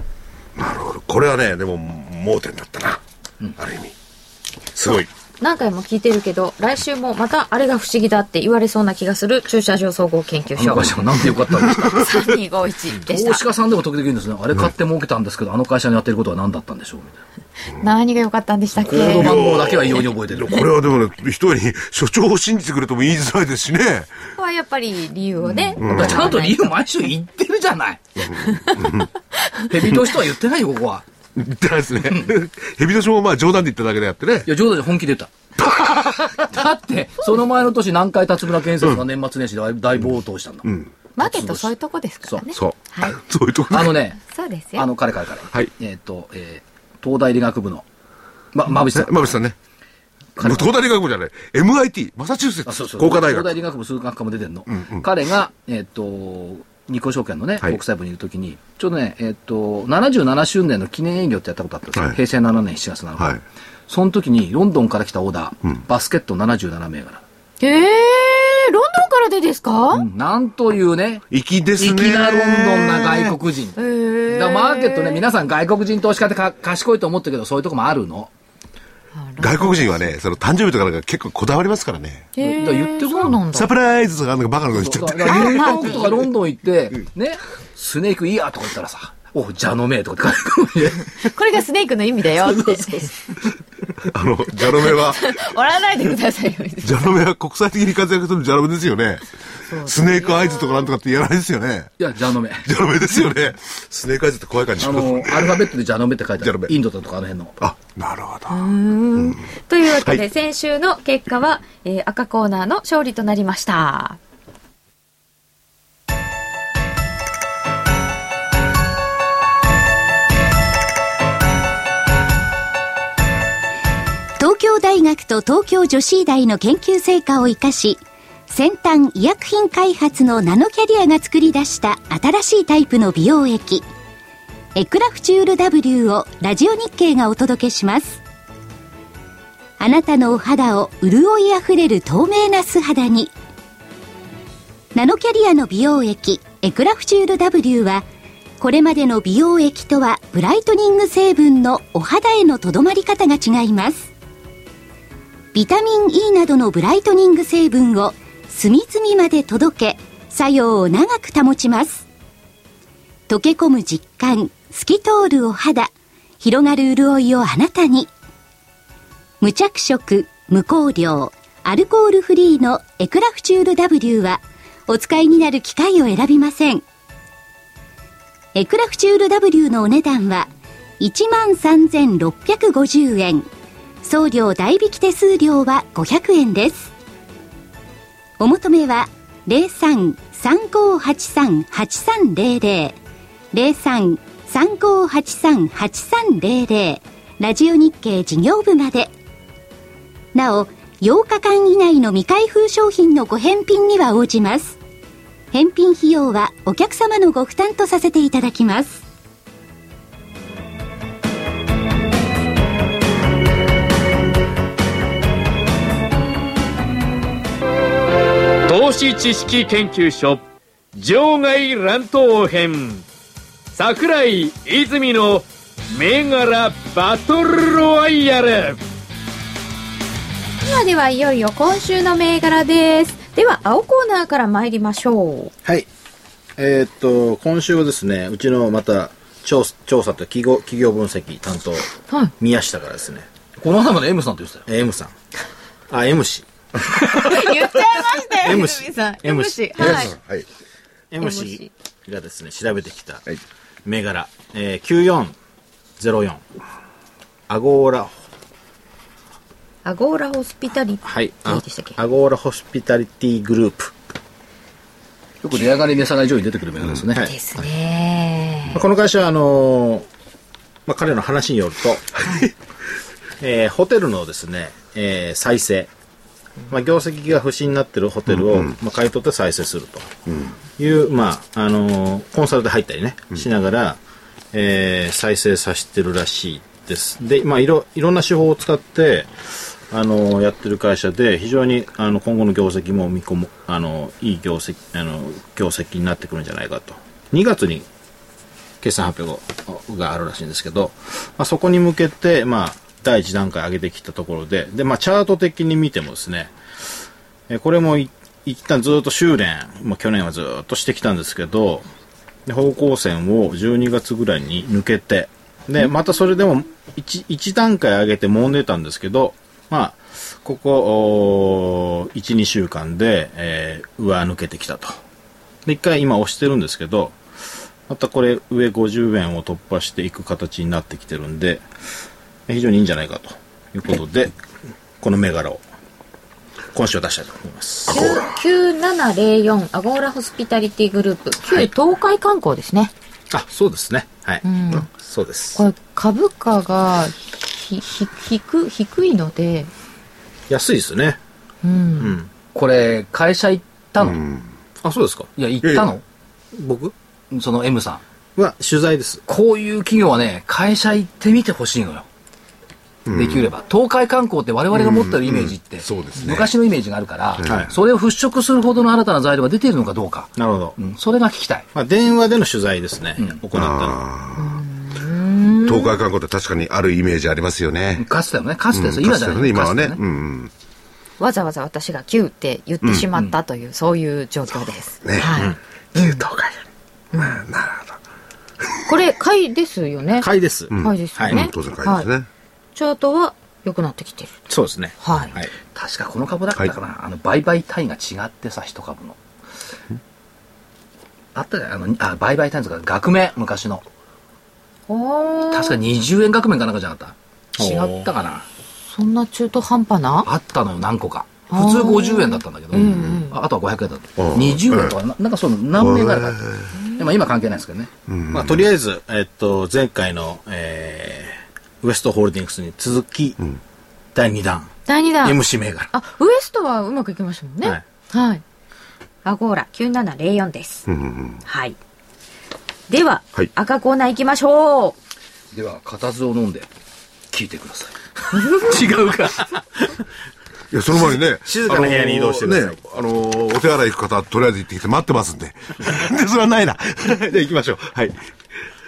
D: これはね、でも、盲点だったな。ある意味。すごい。
A: 何回も聞いてるけど、来週もまたあれが不思議だって言われそうな気がする駐車場総合研究
B: あの
A: 所。
B: 会社もなんてよかったんですか
A: 3251でし
B: 投
A: た
B: 資。家さんでも時々言うんですねあれ買って儲けたんですけどあの会社にやってることは何だったんでしょうみたい
A: 何が良かったんでしたっ
B: なコード
A: け
B: 番号だけは異様に覚えてる
D: これはでもね、一人に所長を信じてくれとも言いづらいですしね。
A: はやっぱり理由をね。
B: ちゃんと理由毎週言ってるじゃないヘビとしては言ってないよここは
D: 言ってないですね。ヘビ年もまあ冗談で言っただけであってね
B: い。や、冗談で本気で言った。 だって、その前の年、南海辰村建設が年末年始で大大暴騰したんだ。
A: マーケットそういうとこですからね。
D: そう。
A: はい。
D: そういうとこ
B: あ
D: ね。
B: のね、
A: そうです
B: あ
A: よ。
B: の、彼彼彼。
D: はい
B: えっ、と、えー東大理学部の、ま、馬渕さん。
D: 馬渕さんね。東大理学部じゃない。MIT、マサチューセッ
B: あそう
D: ツ
B: そう
D: 工科大
B: 東大
D: 学。
B: 理学部数学科も出てんの。彼が、えっ、と、日興証券のね、
D: はい
B: 国際部にいるときに、ちょうどね、えっと、77周年の記念営業ってやったことあったんですよ。
D: はい
B: 平成7年7月7日。
D: はい
B: その時に、ロンドンから来たオーダー、
D: うん
B: バスケット77銘柄。
A: ええロンドンからでですか、
B: うんなんというね、
D: 粋ですね。
B: 粋なロンドンな外国人。
A: えー
B: だからマーケットね、皆さん外国人投資家ってか賢いと思ってるけど、そういうとこもあるの。
D: 外国人はね、その誕生日とかなんか結構こだわりますからね。
B: だから言って
A: そうなんだ
D: サプライズとかなんかバカなこと言っち
B: だ
D: ゃっ
B: か
D: て。
B: らニューヨークとかロンドン行って、ね、スネークいいやとか言ったらさ、お、ジャノメイとかって書いて
A: これがスネークの意味だよって
D: あの、ジャロメは、
A: 笑わないでくださいよ
D: ジャロメは国際的に活躍するジャロメですよね。スネークアイズとかなんとかってやらないですよね。
B: いや、ジャノメ。
D: ジャロメですよね。スネークアイズって怖い感じし
B: あ
D: ます
B: の
D: ね、。
B: アルファベットでジャノメって書いて
D: ジ
B: あ
D: ャノメ
B: る。インドだとかあの辺の。
D: あ、なるほど。
A: というわけで、
D: はい
A: 先週の結果は、えー赤コーナーの勝利となりました
E: 東京大学と東京女子医大の研究成果を生かし先端医薬品開発のナノキャリアが作り出した新しいタイプの美容液エクラフチュール W をラジオ日経がお届けしますあなたのお肌を潤いあふれる透明な素肌にナノキャリアの美容液エクラフチュール W はこれまでの美容液とはブライトニング成分のお肌へのとどまり方が違いますビタミン E などのブライトニング成分を隅々まで届け作用を長く保ちます溶け込む実感透き通るお肌広がる潤いをあなたに無着色無香料アルコールフリーのエクラフチュール W はお使いになる機会を選びませんエクラフチュール W のお値段は13,650円送料代引き手数料は500円ですお求めは03-3583-8300 03-3583-8300ラジオ日経事業部までなお8日間以内の未開封商品のご返品には応じます返品費用はお客様のご負担とさせていただきます
I: 投資知識研究所場外乱闘編桜井泉の銘柄バトルロワイヤル
A: ではではいよいよ今週の銘柄ですでは青コーナーから参りましょう
C: はい。えーっと、今週はですね、うちのまた調査調査と企業企業分析担当、
A: はい
C: 宮下からですね、
B: この間まで M さんと言ってたよ。
C: えー M さん。あ、M 氏。
A: 言っちゃいましたよ
C: M
A: 泉
C: 氏
A: さん。
C: M
A: M
C: 氏
A: 氏
C: は
A: はい
C: い M 氏
A: MC
C: がですね、調べてきた銘柄、えー、9404、アゴーラ、
A: アゴーラホスピタリティ
C: はい、あ
A: でしたっけ
C: アゴーラホスピタリティグループ。
B: よく値上がり値下がり上位に出てくる銘柄ですね。
C: はい
A: ですね
C: まあこの会社はあのーまあ、彼の話によると、 えーホテルのですね、えー再生、まあ、業績が不振になってるホテルを、まあ、買い取って再生するという、まああのーコンサルで入ったりね、しながら、えー再生させてるらしいです。で、まあ、いろいろんな手法を使って、あのーやってる会社で非常にあの今後の業績も見込むあのーいい業績あのー業績になってくるんじゃないかと2月に決算発表があるらしいんですけど、まあ、そこに向けて、まあ、第1段階上げてきたところで、で、まあ、チャート的に見てもですね、えーこれもい一旦ずっと修練、まあ、去年はずっとしてきたんですけど、で方向線を12月ぐらいに抜けて、で、またそれでも 1, 段階上げて揉んでたんですけど、まあ、ここ、1、2週間で、えー上抜けてきたと。で、一回今押してるんですけど、またこれ上50円を突破していく形になってきてるんで、非常にいいんじゃないかということで、この銘柄を今週は出したいと思います。
A: 9704アゴーラホスピタリティグループ旧東海観光ですね、
C: あ、そうですね。はい。
A: ん
C: そうです
A: こ。れ株価がひひひく低いので、
C: 安いですね。
A: うん
C: うん。
B: これ、会社行ったの
C: あ、そうですか。
B: いや、行ったの
C: 僕
B: その M さん。
C: は取材です。
B: こういう企業はね、会社行ってみてほしいのよ。できれば。東海観光って我々が持ってるイメージって、
D: そうですね
B: 昔のイメージがあるから、
C: はい
B: それを払拭するほどの新たな材料が出ているのかどうか。
C: なるほど
B: う。ん、それが聞きたい。
C: まあ、電話での取材ですね。行ったのは。
D: 東海観光って確かにあるイメージありますよね。
B: かつてはね、かつてです、
D: うん
B: 今じゃない、
D: 確かにね今はね。
B: かつて
D: うんうん。
A: わざわざ私が「キュー」って言ってしまったという、そういう状況です、
D: ね
A: はい
D: 旧東海
A: これ買いですよね
C: 買いです。
D: ん
A: 買いですよね、
C: は
D: うん当然買いです
A: はい
D: ね。
A: チャートは良くなってきてる
C: そうですね。
A: はい
C: はい。
B: 確かこの株だったかな、あの売買単位が違ってさ、一株の。あったじゃんあの、あ、売買単位とか、額面、昔の。
A: お
B: 確か20円額面かなんかじゃなかった
C: おー
B: 違ったかな
A: そんな中途半端な
B: あったのよ、何個か。
A: あー
B: 普通50円だったんだけど、
A: うんうん
B: ああとは500円だった。
D: あー
B: 20円とか、ななんかその何名かだった。でも今関係ないですけどね。
C: まあ、とりあえず、えっと、前回の、えー、ウエストホールディングスに続き、第2弾、
A: 第2弾
C: MC 銘柄。
A: あウエストはうまくいきましたもんねは
C: はいい、
A: アゴーラ9704です、
D: うんうん
A: はいでは、
D: はい
A: 赤コーナー行きましょう
B: では、固唾を飲んで、聞いてください。
D: いや、その前にね。
C: 静かな部屋に移動してください
D: ね、あのーお手洗い行く方、とりあえず行ってきて待ってますんで。で、それはない な。じゃあ行きましょう。はい。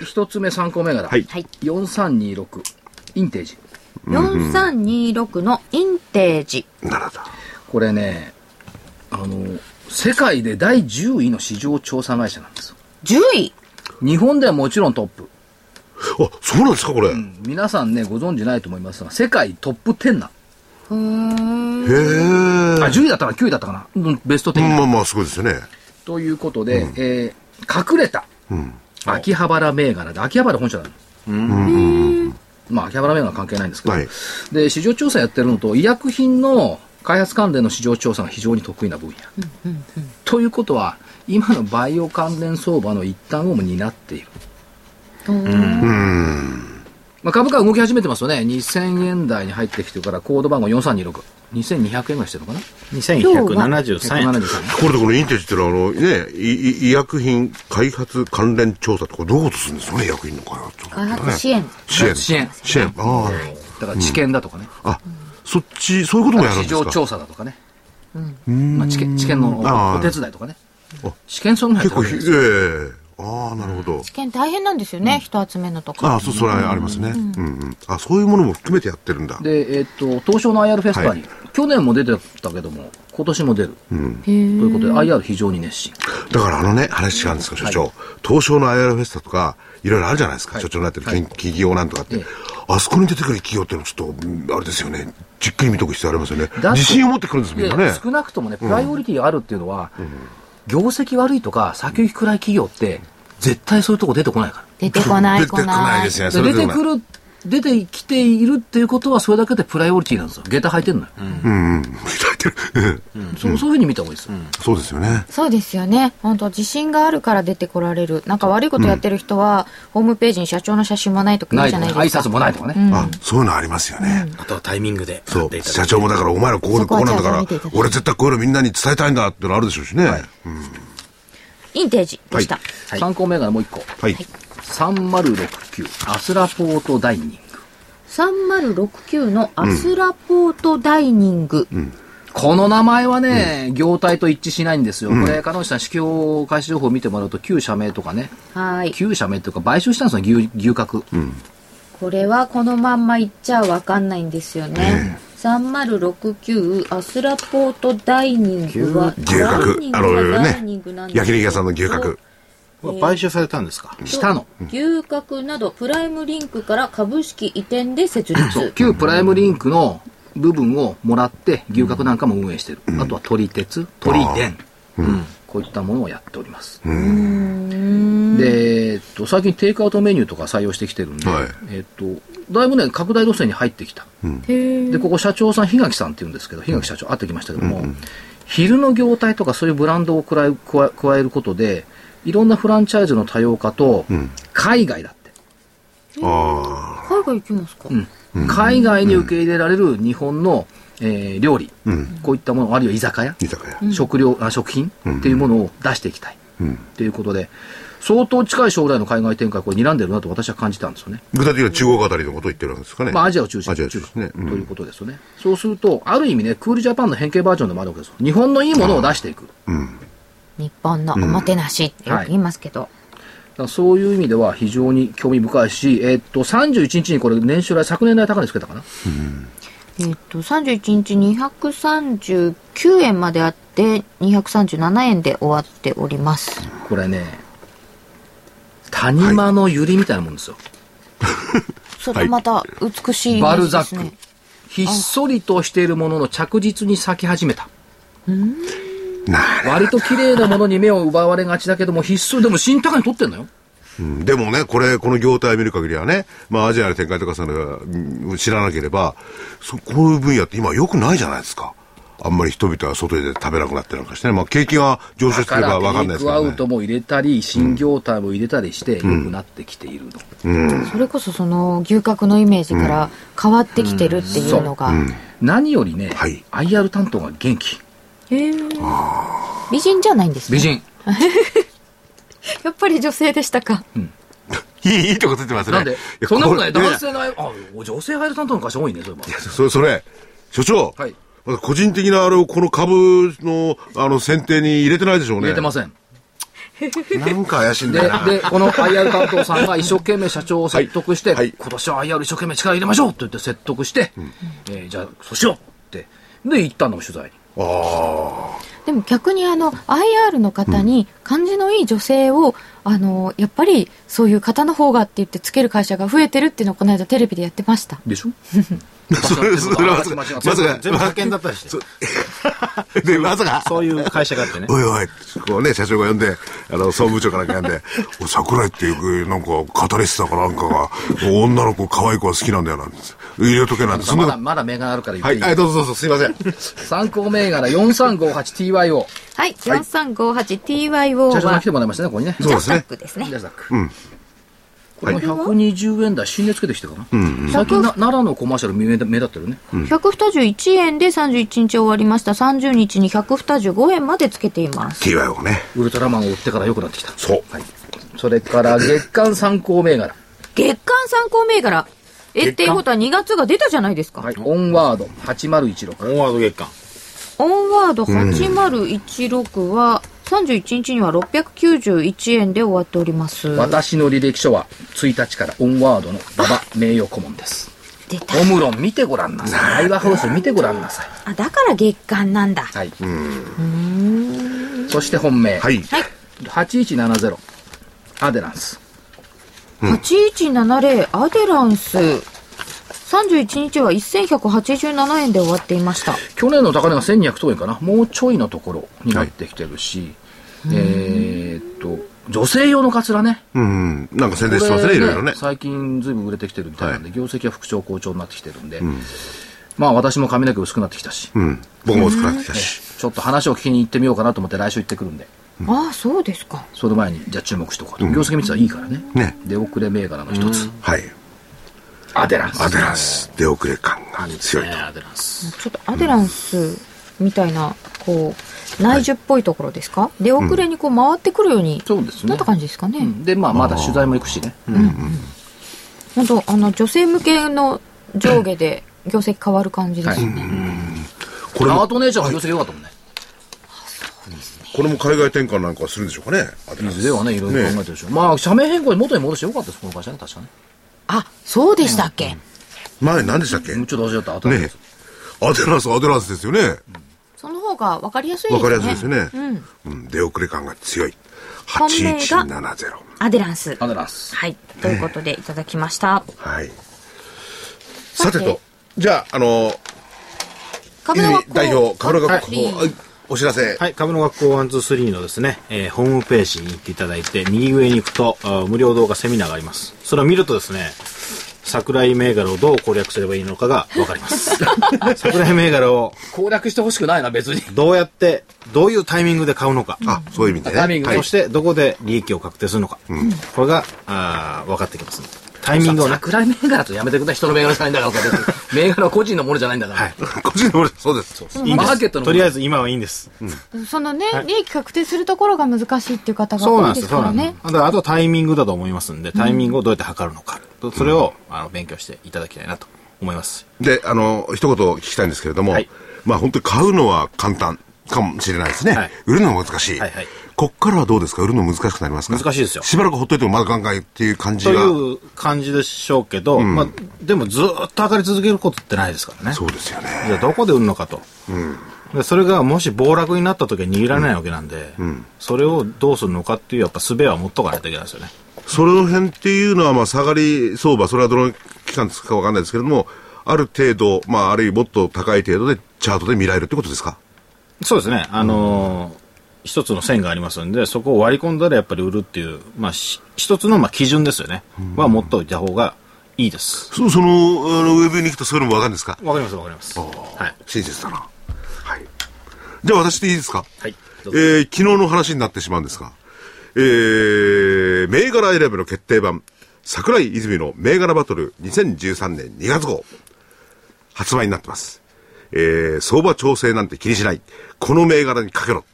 B: 一つ目、参考銘柄。
D: はい
A: はい
B: 4326、インテージ。
A: 4326のインテージ
D: なるほど。
B: これね、あの、世界で第10位の市場調査会社なんですよ。
A: 10位
B: 日本ではもちろんトップ。
D: あ、そうなんですか、これ。へ
B: 皆さんね、ご存知ないと思いますが、世界トップ10な。
D: え。うん
B: あ、10位だったかな、9位だったかな。うん、ベスト10。
D: まあまあ、すごいですよね。
B: ということで、えー隠れた
D: うん。
B: 秋葉原銘柄で、秋葉原本社なの。まあ、秋葉原銘柄は関係ないんですけど、
D: はい
B: で、市場調査やってるのと、医薬品の開発関連の市場調査が非常に得意な分野。ということは、今のバイオ関連相場の一端をも担っている。
D: うん。
B: まあ、株価が動き始めてますよね。2000円台に入ってきてから、コード番号4326。2200円ぐらいしてるのかな
C: 2173円。
B: 173円。
D: ところで、このインテージってのは、あの、ね、いい医薬品開発関連調査とか、どういうことするんですかね、医薬品の開発とか、
A: 開
D: ね。
A: 発支援
D: 支援。
B: 支援
D: 支援。あ
B: だから知見だとかね。
D: あ。あ、そっち、そういうこともやるん
B: 市
D: です
B: 場
D: か。
B: 調査だとかね。まあ、知見、知見の
D: あ
B: お
D: ー
B: 手伝いとかね
D: あ。
B: 試験損害
D: 結
B: とか
D: 構
B: ね
D: ひ、ええああ、なるほど。
A: 試験大変なんですよね、人集めるのとか
D: ああ、そう、それはありますね。うんうん。あ、そういうものも含めてやってるんだ。
B: で、えっと、東証の IR フェスタに、去年も出てたけども、今年も出る。ということで、IR 非常に熱心。
D: だからあのね、話違うんですよ、所長。東証の IR フェスタとか、いろいろあるじゃないですか、所長になってる研企業なんとかって、
B: ええ
D: あそこに出てくる企業っていうのはちょっと、うんあれですよね、じっくり見とく必要ありますよね
B: だ。って
D: 自信を持ってくるんです、みん
B: で
D: なね。
B: 少なくともね、プライオリティがあるっていうのは、業績悪いとか、先行き暗い企業って、絶対そういうとこ出てこないから。
A: 出てこない
D: 出てこないですね、それ
B: で
D: で
B: 出
D: も
B: てくる、出てきているっていうことは、それだけでプライオリティなんですよ。下駄履いてるのよ。
D: うんうん、いただいてる。うん
B: そうそういうふうに見た方がいいですよ。
D: そうですよね。
A: そうですよね本当自信があるから出てこられるなんか悪いことやってる人は、ホームページに社長の写真もないとか
B: な
A: 言う
B: いと
A: じゃ
B: か
A: な
B: ね、
A: い
B: 挨
A: ですか
B: 拶もないとかね。
D: あ、そういうのありますよね。
C: あとはタイミングで買
D: そ、
C: っていうただ
D: 社
C: く。
D: 長もだから、お前らこう
A: そ
D: で
A: こ
D: こ
A: は
D: うなんだから
A: ちゃんと見ていただい、て
D: 俺絶対こういうのみんなに伝えたいんだってのあるでしょうしね。うん
A: インテージでした、
B: 参考銘柄もう一個。
D: はい。
B: 3069、アスラポートダイニング。
A: 3069のアスラポートダイニング、
B: この名前はね、業態と一致しないんですよ。これ、彼女さん、市況開始情報を見てもらうと、旧社名とかね、
A: はい
B: 旧社名というか、買収したんですよ、牛牛角。
A: これはこのまんまいっちゃわかんないんですよね、3069アスラポートダイニングは
D: 牛角
A: ダイニン、グ
D: あ
A: は
D: の
A: ダイニングなん
D: ね、
A: ですけど
D: 焼肉屋さんの牛角。
C: これ買収されたんですか
B: したの。
A: 牛角などプライムリンクから株式移転で設
B: そう
A: 立
B: 旧プライムリンクの部分をもらって、牛角なんかも運営してる。あとは、鳥鉄、鳥電。こういったものをやっております。で、えっと、最近テイクアウトメニューとか採用してきてるんで、
D: はい
B: えっと、だいぶね、拡大路線に入ってきた。で、ここ社長さん、檜垣さんって言うんですけど、檜垣社長会ってきましたけども、昼の業態とかそういうブランドを加え加え加えることで、いろんなフランチャイズの多様化と、海外だって、
D: あ
A: 海外行きますか、
B: 海外に受け入れられる日本の、えー料理、
D: ん
B: こういったもの、あるいは居酒屋
D: あ、、居酒屋。
B: 食料あ食品っていうものを出していきたい。っていうことで、相当近い将来の海外展開、これ睨んでるなと私は感じたんですよね。
D: 具体的には中国あたりのことを言ってるわけですかね。
B: まあ、アジアを中心
D: アジア
B: に
D: を中
B: 中
D: 心
B: 国
D: ね。
B: と
D: う
B: いうんことですよね。そうすると、ある意味ね、クールジャパンの変形バージョンでもあるわけですよ。日本のいいものを出していく。
A: 日本のおもてなしってよく言いますけど、
B: だからそういう意味では非常に興味深いし、えーっと、31日にこれ年初来、昨年来高値つけたかな。
A: えっと31日239円まであって237円で終わっております
B: これね、谷間の百合みたいなもんですよ。
A: それまた美しい
B: バ
A: ニュ
B: ル
A: ース
B: ザ
A: です
B: ッ
A: ね、
B: ク。ひっそりとしているものの着実に咲き始めた。
D: なる
B: 割と綺麗なものに目を奪われがちだけども、必須、でも新高値取ってんのよ。
D: うんでもね、これ、この業態を見る限りはね、まあアジアの展開とかそういうのはうん知らなければ、そこういう分野って今良くないじゃないですか。あんまり人々は外で食べなくなってなんかしてね。まあ景気が上昇して
B: か
D: れ
B: ら
D: ばわか
B: テ
D: ん
B: イ
D: ないですけ
B: クア
D: ど
B: ウ
D: ね。
B: トも入れたり、新業態も入れたりして、良くなってきているの。
A: それこそその牛角のイメージから変わってきてるっていうのが、
B: 何よりね、
D: はい
B: IR 担当が元気。
A: へー美人じゃないんですね
B: 美人。
A: やっぱり女性でしたか
D: い い、いいとこついてますね。
B: なんで
D: や、
B: そんなことない。
D: これ
B: 男性の、あ、女性 IR 担当の会社多いね、そういえば。
D: そ れ、それ、所長。
B: はい
D: まだ個人的な、あれを、この株の、あの、選定に入れてないでしょうね。
B: 入れてません。
D: なんか怪しいん
B: で
D: だよな。、
B: で、この IR 担当さんが一生懸命社長を説得して、
D: はいはい
B: 今年は IR 一生懸命力入れましょうって言って説得して、えーじゃあ、そうしようって。で、行ったの、取材に。
A: でも逆にあの IR の方に感じのいい女性を、あのやっぱりそういう方の方がって言ってつける会社が増えてるっていうのをこの間テレビでやってました
B: でしょ
D: それ、それはまさか、ま
B: 間違ってる
D: さ
C: 全
D: か、
C: 部派遣だったりして。
D: で、まさか、
C: そういう会社があってね。
D: おいおい、こうね、社長が呼んで、あの、総務長から呼んで、 お桜井っていう、なんか、カタリスだかなんかが、女の子、可愛い子が好きなんだよなんです。入れとけなんて、そん
B: ま
D: な。
B: だ、
D: は
B: まだ銘柄あるから言ってい
D: い、
B: い。
D: はい、どうぞどうぞ、すいません。
B: 参考銘柄 4358TYO。
A: はい 4358TYO
B: 社長が
A: は
B: 来てもらいましたね、ここにね。
D: そうですね。
A: ですね
B: ジャザック。これも120円台、新値つけてきたかな。最近な、奈良のコマーシャル目立目立ってるね。
A: 121円で31日終わりました30日に125円までつけています
D: TY をね。
B: ウルトラマンを売ってから良くなってきた。
D: そう。
B: はい。それから、月間参考銘柄。
A: 月間参考銘柄えっていうことは2月が出たじゃないですか、
B: はい。オンワード8016。
C: オンワード月間。
A: オンワード8016は31日には691円で終わっております
B: 私の履歴書は1日からオンワードの馬場名誉顧問です
A: 出た
B: オムロン見てごらんなさいアイワハウス見てごらんなさい
A: あだから月間なんだ
B: はいそして本命、
D: はい。
B: 8170アデランス
A: 8170アデランス31日は1187円で終わっていました
B: 去年の高値が1200等円かなもうちょいのところになってきてるし、えーっと女性用のカツラね
D: うん、なんか宣伝してます
B: こ
D: ね、
B: れ
D: いろいろね。
B: 最近ずいぶん売れてきてるみたいなんで、業績は復調好調になってきてるんで、まあ私も髪の毛薄くなってきたし、
D: うん。僕も作られてきたし。
B: ちょっと話を聞きに行ってみようかなと思って来週行ってくるんで
A: ああそうですか
B: その前にじゃあ注目しておこうと、業績見てたらいいからね
D: ね
B: 出遅れ銘柄の一つ、
D: はい。
B: アデランス
D: アデランス、出遅れ感が強い
B: ね
D: と。
B: アデランス
A: ちょっとアデランスみたいなこう内需っぽいところですか、出遅れにこう回ってくるように
B: そうですね
A: なった感じですかね、
B: うんでまあまだ取材も行くしね
A: 本当あの女性向けの上下 で業績変わる感じですね、
D: これ
B: アー
D: も、
B: トネーションの業績良かったもんね、
D: これも海外転換なんかはするんでしょうかね、アデ
B: い
D: ランス
B: ずれはねいろいろ考えてるでしょ、まあ社名変更に元に戻してよかったですこの会社ね確かね
A: あそうでしたっけ、
D: 前何でしたっけ
B: もう
D: ね
B: ちょっと忘れちゃったアデランス、
D: アデランス、アデランスですよね。
A: その方が分かりやすいで
D: わ
A: すね
D: かりやすいですね。
A: うん、
D: うん、出遅れ感が強い。
A: 本命が
D: 8170。
A: アデランス
B: アデランス
A: はいということでいただきました、
D: はい。
A: さ
D: さ
A: て
D: てと、じゃあ、あの、
A: 株の
D: 泉
A: 学校
D: 代表、株の学校、
A: はい
D: はいお知らせ。
C: はい、株の学校123のですね、えーホームページに行っていただいて、右上に行くと、あー無料動画セミナーがあります。それを見るとですね、桜井銘柄をどう攻略すればいいのかがわかり ます。桜井銘柄を
B: 攻略してほしくないな別に
C: どうやって、どういうタイミングで買うのか、
D: あ、そういう意味でね。
B: タイミング
D: はい
C: そしてどこで利益を確定するのか、これがあー分かってきますので。タイミングをね。
B: 桜井銘柄とやめてください。人の銘柄じゃないんだから、別に銘柄は個人のものじゃないんだから。
D: はい。 個人の俺、そうです。
C: いいんです
B: マーケットの
C: とりあえず今はいいんです。
H: そのね、
C: はい
H: 利益確定するところが難しいっていう方が
C: そう
H: 多
C: ないんで
H: ですす
C: そ
H: か
C: うな
H: ら
C: んです
H: ね。。
C: あとあとタイミングだと思いますんで、タイミングをどうやって測るのか、それをあの勉強していただきたいなと思います。
D: で、あの、一言聞きたいんですけれども、
C: はい
D: まあ本当に買うのは簡単かもしれないですね。
C: はい
D: 売るのは難しい。
C: はいはい
D: こっからはどうですか売るの難しくなりますか
C: 難しいですよ
D: しばらくほっといてもまだ考えっていう感じ
C: と
D: が。
C: いう感じでしょうけど、まあ、でもずーっと上がり続けることってないですからね。
D: そうですよね。
C: じゃあどこで売るのかと。でそれがもし暴落になった時は握らないわけなんで、それをどうするのかっていうやっぱ術は持っとかないといけないですよね。
D: それの辺っていうのは、まあ、下がり相場、それはどの期間ですかわかんないですけれども、ある程度、まあ、あるいはもっと高い程度で、チャートで見られるってことですか
C: そうですね。あのー一つの線がありますんで、そこを割り込んだらやっぱり売るっていう、まあ、し一つのまあ基準ですよね。は持っておいた方がいいです。
D: そその、あの、ウェブに行くとそういうのもわかるんですか
C: わかりますわかります。はい。
D: 親切だな。はい。じゃあ私でいいですか
C: はい
D: え
C: どうぞ
D: ー昨日の話になってしまうんですが、えー、銘柄選びの決定版、桜井泉の銘柄バトル2013年2月号、発売になってます。えー、相場調整なんて気にしない。この銘柄にかけろ。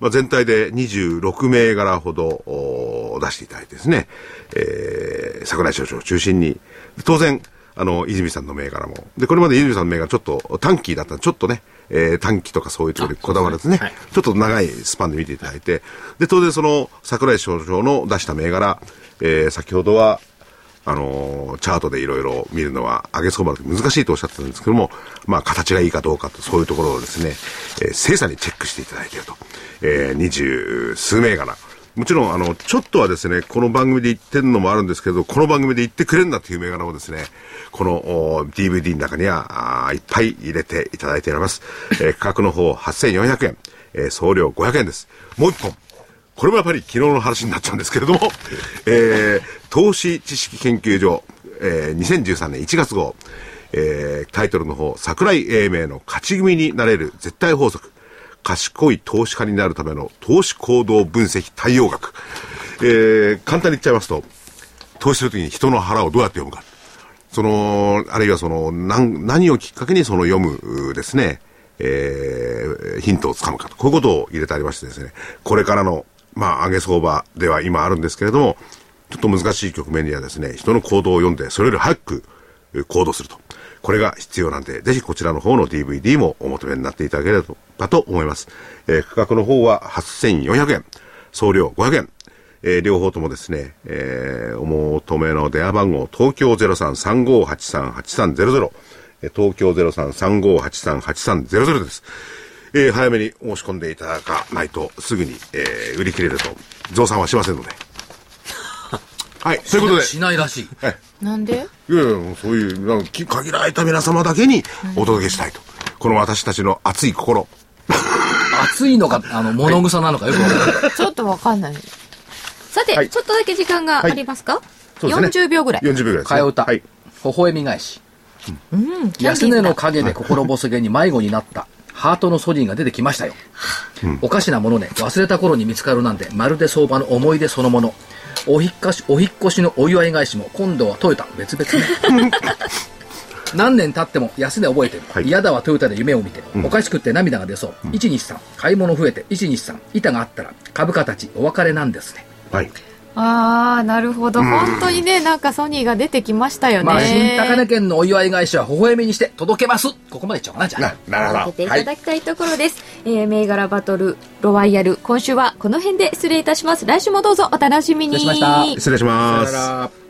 D: まあ、全体で26銘柄ほどおー出していただいてですね、えー、桜井所長を中心に、当然、あの、泉さんの銘柄も。で、これまで泉さんの銘柄ちょっと短期だったんでちょっとね、えー短期とかそういうところにこだわらずね、
C: あそうですね
D: ちょっと長いスパンで見ていただいて、で、当然その桜井所長の出した銘柄、えー先ほどは、あのーチャートでいろいろ見るのは上げ相場だと難しいとおっしゃってたんですけども、まあ、形がいいかどうかと、そういうところをですね、えー精査にチェックしていただいていると。えー、二十数銘柄。もちろん、あの、ちょっとはですね、この番組で言ってるのもあるんですけど、この番組で言ってくれるんだっていう銘柄もですね、このお DVD の中には、あーいっぱい入れていただいております。えー価格の方8400円、えー送料500円です。もう一本。これもやっぱり昨日の話になっちゃうんですけれども、えー投資知識研究所、えー2013年1月号、えータイトルの方、桜井英明の勝ち組になれる絶対法則、賢い投資家になるための投資行動分析対応学。えー簡単に言っちゃいますと、投資するときに人の腹をどうやって読むか。その、あるいはその、なん何をきっかけにその読むうーですね、えーヒントをつかむかと、こういうことを入れてありましてですね、これからの、まあ、上げ相場では今あるんですけれども、ちょっと難しい局面にはですね、人の行動を読んで、それより早くえー行動すると。これが必要なんで、ぜひこちらの方の DVD もお求めになっていただければと思います。えー価格の方は8400円、送料500円。えー両方ともですね、えーお求めの電話番号、東京0335838300、えー東京0335838300です。えー早めに申し込んでいただかないと、すぐに、えー売り切れると、増産はしませんので。はい、ということで。
B: しないらしい。
H: なんで
D: いやいや、もうそういう、なんかき限られた皆様だけにお届けしたいと。この私たちの熱い心。
B: 熱いのか、あの、物草なのかよくわからない。
H: ちょっとわかんない。
A: さて、
D: はい
A: ちょっとだけ時間がありますか、
D: そうですね
A: 40秒ぐらい。
D: 40秒ぐらいです、ね。
B: 替え歌。
D: はい
B: 微。笑み返し。安値の影で心細げに迷子になった。ハートのソリンが出てきましたよ。おかしなものね、忘れた頃に見つかるなんて、まるで相場の思い出そのもの。お引っ越し、お引っ越しのお祝い返しも、今度はトヨタ、別々 ね。何年経っても安値覚えてる、
D: はい
B: 嫌だわトヨタで夢を見て、おかしくって涙が出そう、123買い物増えて123板があったら株価たちお別れなんですね
D: はい。
H: ああ、なるほど。本当にね、なんかソニーが出てきましたよね。
B: まあ、新高値県のお祝い返しは微笑みにして届けます。ここまでいっちゃおうかな、じゃあ。
D: なる
A: 開けていただきたいところです、えー銘柄バトルロワイヤル今週はこの辺で失礼いたします来週もどうぞお楽しみに
B: 失礼しました
D: 失礼します。
B: ら。